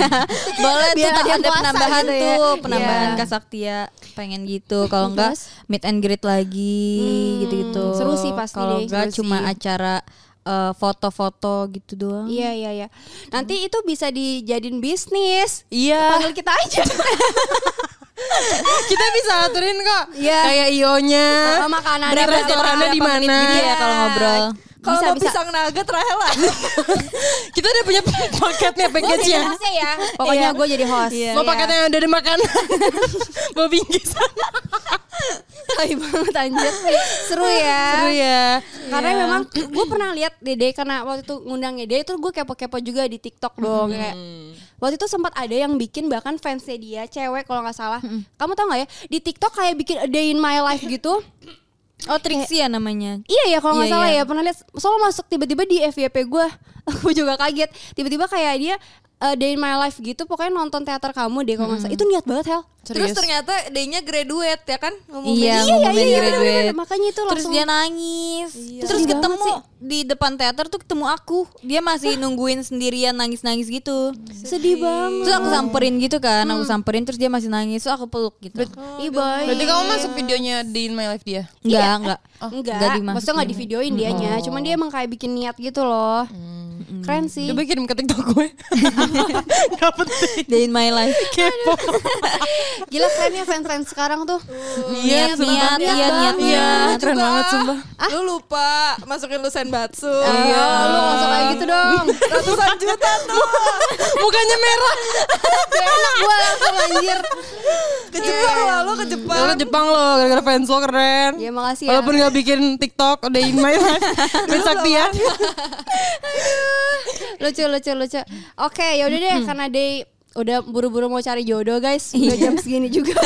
Boleh
Biar
tuh
ada
ada,
yang puasa
penambahan
gitu ya.
tuh, penambahan
Iya.
Kasaktia pengen gitu. Kalau enggak meet and greet lagi gitu-gitu.
seru sih pasti
Kalau
deh,
enggak
seru
cuma
sih.
acara eh, foto-foto gitu doang.
Iya iya iya. Nanti itu bisa dijadiin bisnis.
Iya.
Panggil kita aja.
Kita bisa aturin kok.
Iya.
Kayak ionya.
Oh, makanannya
Berat
berapa,
restorannya di
berapa menit
mana?
gitu ya kalau ngobrol.
Kalau mau
pisang naga terakhir lah. Kita udah punya <laughs> paketnya,
Gue jadi
package-nya.
hostnya ya. Pokoknya
Iya.
gue jadi host.
Mau paketnya yang udah ada <laughs> makanan. Mau bingkisan.
Tai banget anjir. Seru ya.
Seru ya.
Karena memang gue pernah lihat Dede karena waktu itu ngundangnya Dede itu gue kepo-kepo juga di TikTok dong kayak. Waktu itu sempat ada yang bikin bahkan fansnya dia cewek kalau nggak salah. Kamu tau nggak ya di TikTok kayak bikin a day in my life gitu.
<laughs> Oh, Trixie ya namanya.
Iya ya kalau nggak
Iya,
salah ya
iya.
pernah lihat soalnya masuk tiba-tiba di FYP gue, <laughs> aku juga kaget. Tiba-tiba kayak dia uh, Day in My Life gitu, pokoknya nonton teater kamu deh kalau nggak salah. Itu niat banget Hel.
Serius.
ternyata D-nya graduate ya kan? Ngomong
iya
Iya,
iya
ngumumin
iya
graduate.
bener-bener. makanya itu
Terus
langsung.
dia nangis. Terus
Sedih banget
ketemu di depan teater tuh ketemu aku. Dia masih nungguin sendirian nangis-nangis gitu.
sedih banget.
Terus aku samperin gitu kan, aku samperin terus dia masih nangis, terus aku peluk gitu.
Ih, baik.
Berarti kamu masuk videonya di In My Life dia?
Enggak, enggak.
enggak,
dimasukin.
maksudnya Oh, nggak ya? Oh. divideoin dianya, cuman dia emang kayak bikin niat gitu loh. Keren sih.
Coba kirim ke TikTok gue. Gak penting.
Day in my life.
Kepo.
Gila kerennya fans-fans sekarang tuh.
Niat, niat,
banget.
iya, niat,
Iya,
niat.
keren banget sumpah.
Lu lupa masukin lu senbatsu.
Iya, lu nggak usah kayak gitu <laughs> dong.
Ratusan juta
<laughs>
tuh.
Mukanya merah.
Enak gue langsung anjir.
Ke Jepang lah, lu ke Jepang.
Lo Iya. Ya Jepang lo, gara-gara fans lo keren.
Ya makasih ya.
Walaupun gak bikin TikTok, udah in my life. ya. Fans Saktian.
lucu lucu lucu oke yaudah deh karena day udah buru-buru mau cari jodoh guys udah jam segini juga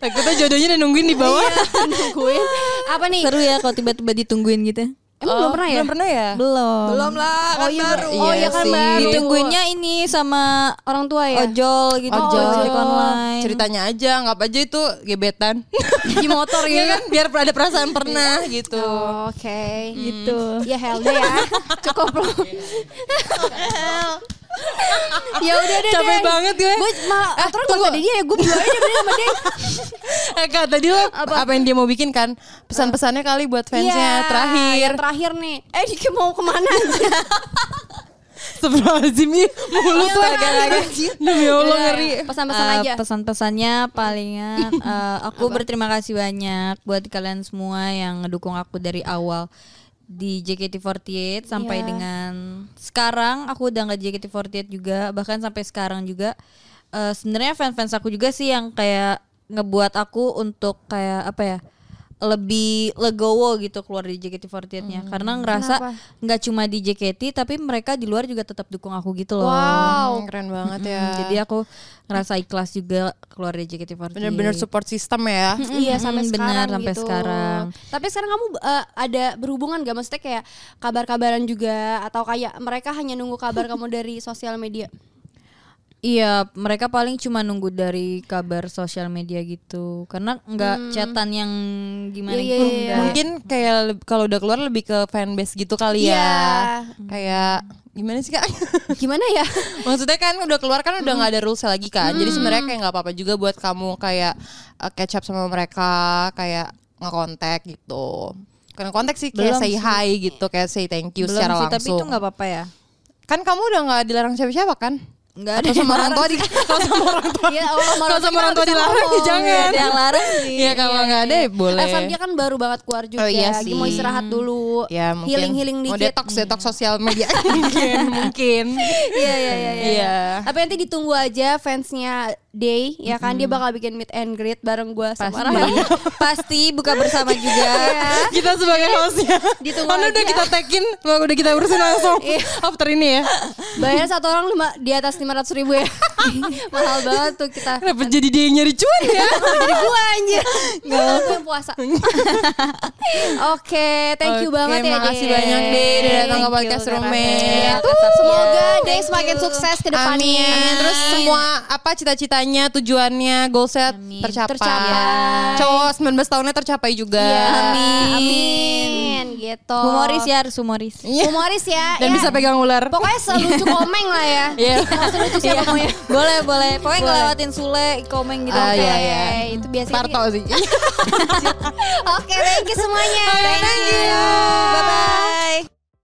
Takutnya jodohnya udah nungguin di bawah.
<laughs> nungguin apa nih
Seru ya kalau tiba-tiba ditungguin gitu.
emang belum pernah ya
Belum pernah ya?
Belum.
Belum lah, kan baru.
oh iya kan
sih.
baru
Ditungguinnya ini sama
orang tua ya
ojol gitu,
Iya. Oh, Ojol.
ojek online.
Ceritanya aja, nggak apa aja itu <laughs> gebetan.
di motor
Iya
ya
kan, biar ada perasaan pernah gitu.
oke gitu <laughs> ya Helda ya cukup loh <laughs> ya udah deh
Capek banget gue.
gue malah
Eh,
aturan
tunggu.
buat tadi dia ya gue berdua aja deh sama dia
Eh Kak, tadi lo apa? yang dia mau bikin kan? Pesan-pesannya kali buat <laughs> fansnya
Iya,
terakhir. <laughs>
yang terakhir nih eh Diki mau kemana aja
Astagfirullahaladzim ini mulut
Astaga,
Demi Ya Allah
Yaudah,
ngeri.
Iya, Pesan-pesan
Eh,
aja.
Pesan-pesannya
<laughs>
palingan eh, aku berterima kasih banyak buat kalian semua yang ngedukung aku dari awal di JKT48
Iya.
sampai dengan sekarang aku udah nggak JKT48 juga bahkan sampai sekarang juga Eh, sebenarnya fans-fans aku juga sih yang kayak ngebuat aku untuk kayak apa ya lebih legowo gitu keluar di JKT48-nya
Hmm,
karena ngerasa nggak cuma di JKT tapi mereka di luar juga tetap dukung aku gitu loh.
Wow, keren banget ya.
Hmm, Jadi aku ngerasa ikhlas juga keluar dari JKT48.
Bener-bener support system ya.
Iya sampai
Mm-mm,
sekarang
benar, sampai
gitu.
sekarang.
Tapi sekarang kamu eh, ada berhubungan gak maksudnya kayak kabar-kabaran juga atau kayak mereka hanya nunggu kabar kamu dari sosial media?
Iya, mereka paling cuma nunggu dari kabar sosial media gitu. Karena nggak chatan yang gimana
Iya, iya,
gitu,
iya.
nggak.
Mungkin kayak leb- kalau udah keluar lebih ke fanbase gitu kali ya.
Iya.
Kayak gimana sih kak? <laughs>
Gimana ya?
Maksudnya kan udah keluar kan udah nggak ada rules lagi kan. Jadi sebenarnya kayak nggak apa-apa juga buat kamu kayak eh, catch up sama mereka, kayak ngekontak gitu. Karena kontak sih kayak
Belum
say
sih.
hi gitu, kayak say thank you
Belum
secara
sih,
langsung.
tapi itu nggak apa-apa ya.
Kan kamu udah nggak dilarang siapa-siapa kan?
<laughs> Nggak ada
Atau sama orang tua di kalau sama <laughs> orang tua.
Iya, kalau sama orang
Kalau
tua
sama orang tua
kita nggak
dilarang ya
ngomong.
Nggak
jangan.
ada yang larang sih.
Iya kalau nggak ada ya boleh.
Eh, dia kan baru banget keluar juga.
Oh, iya
lagi mau
sih.
istirahat dulu.
Ya mungkin
Healing-healing
Mau
dikit.
detox detox sosial media mungkin mungkin.
Iya iya iya. iya.
Iya.
Tapi nanti ditunggu aja fansnya Day ya kan dia bakal bikin meet and greet bareng gua sama
Pasti,
Rahel.
<laughs> pasti buka bersama juga.
Kita sebagai hostnya.
Ditunggu
Mana udah
aja.
kita tagin, udah kita urusin langsung after ini ya.
Bayar satu orang lima, di atas lima ratus
<laughs>
ribu ya. Mahal banget tuh kita.
Kenapa jadi dia yang nyari cuan ya?
Jadi gua anjir. Gua aku yang
<laughs>
puasa. Oke, thank you
Oke,
banget ya.
makasih
Day.
banyak, Day, udah datang ke
Thank you,
podcast
Kak Rahel.
Roommate.
Wuh, Semoga Day
Thank
semakin
you.
sukses ke depannya.
Amin. Terus semua apa cita-citanya, tujuannya, goal set
Amin.
tercapai.
Tercapai.
Cowok 19 tahunnya tercapai juga.
Iya,
Amin.
Amin. Gitu.
Humoris ya harus humoris.
Iya.
Humoris ya.
Dan
ya.
bisa pegang ular.
Pokoknya selucu komeng lah ya.
Iya.
Selucu siapa mau ya.
boleh boleh. Pokoknya ngelewatin Sule, komen gitu.
Ah,
Oke.
iya,
Oke,
iya.
itu biasanya. gitu.
Parto sih.
Oke, thank you semuanya.
Oke, thank you.
Bye bye.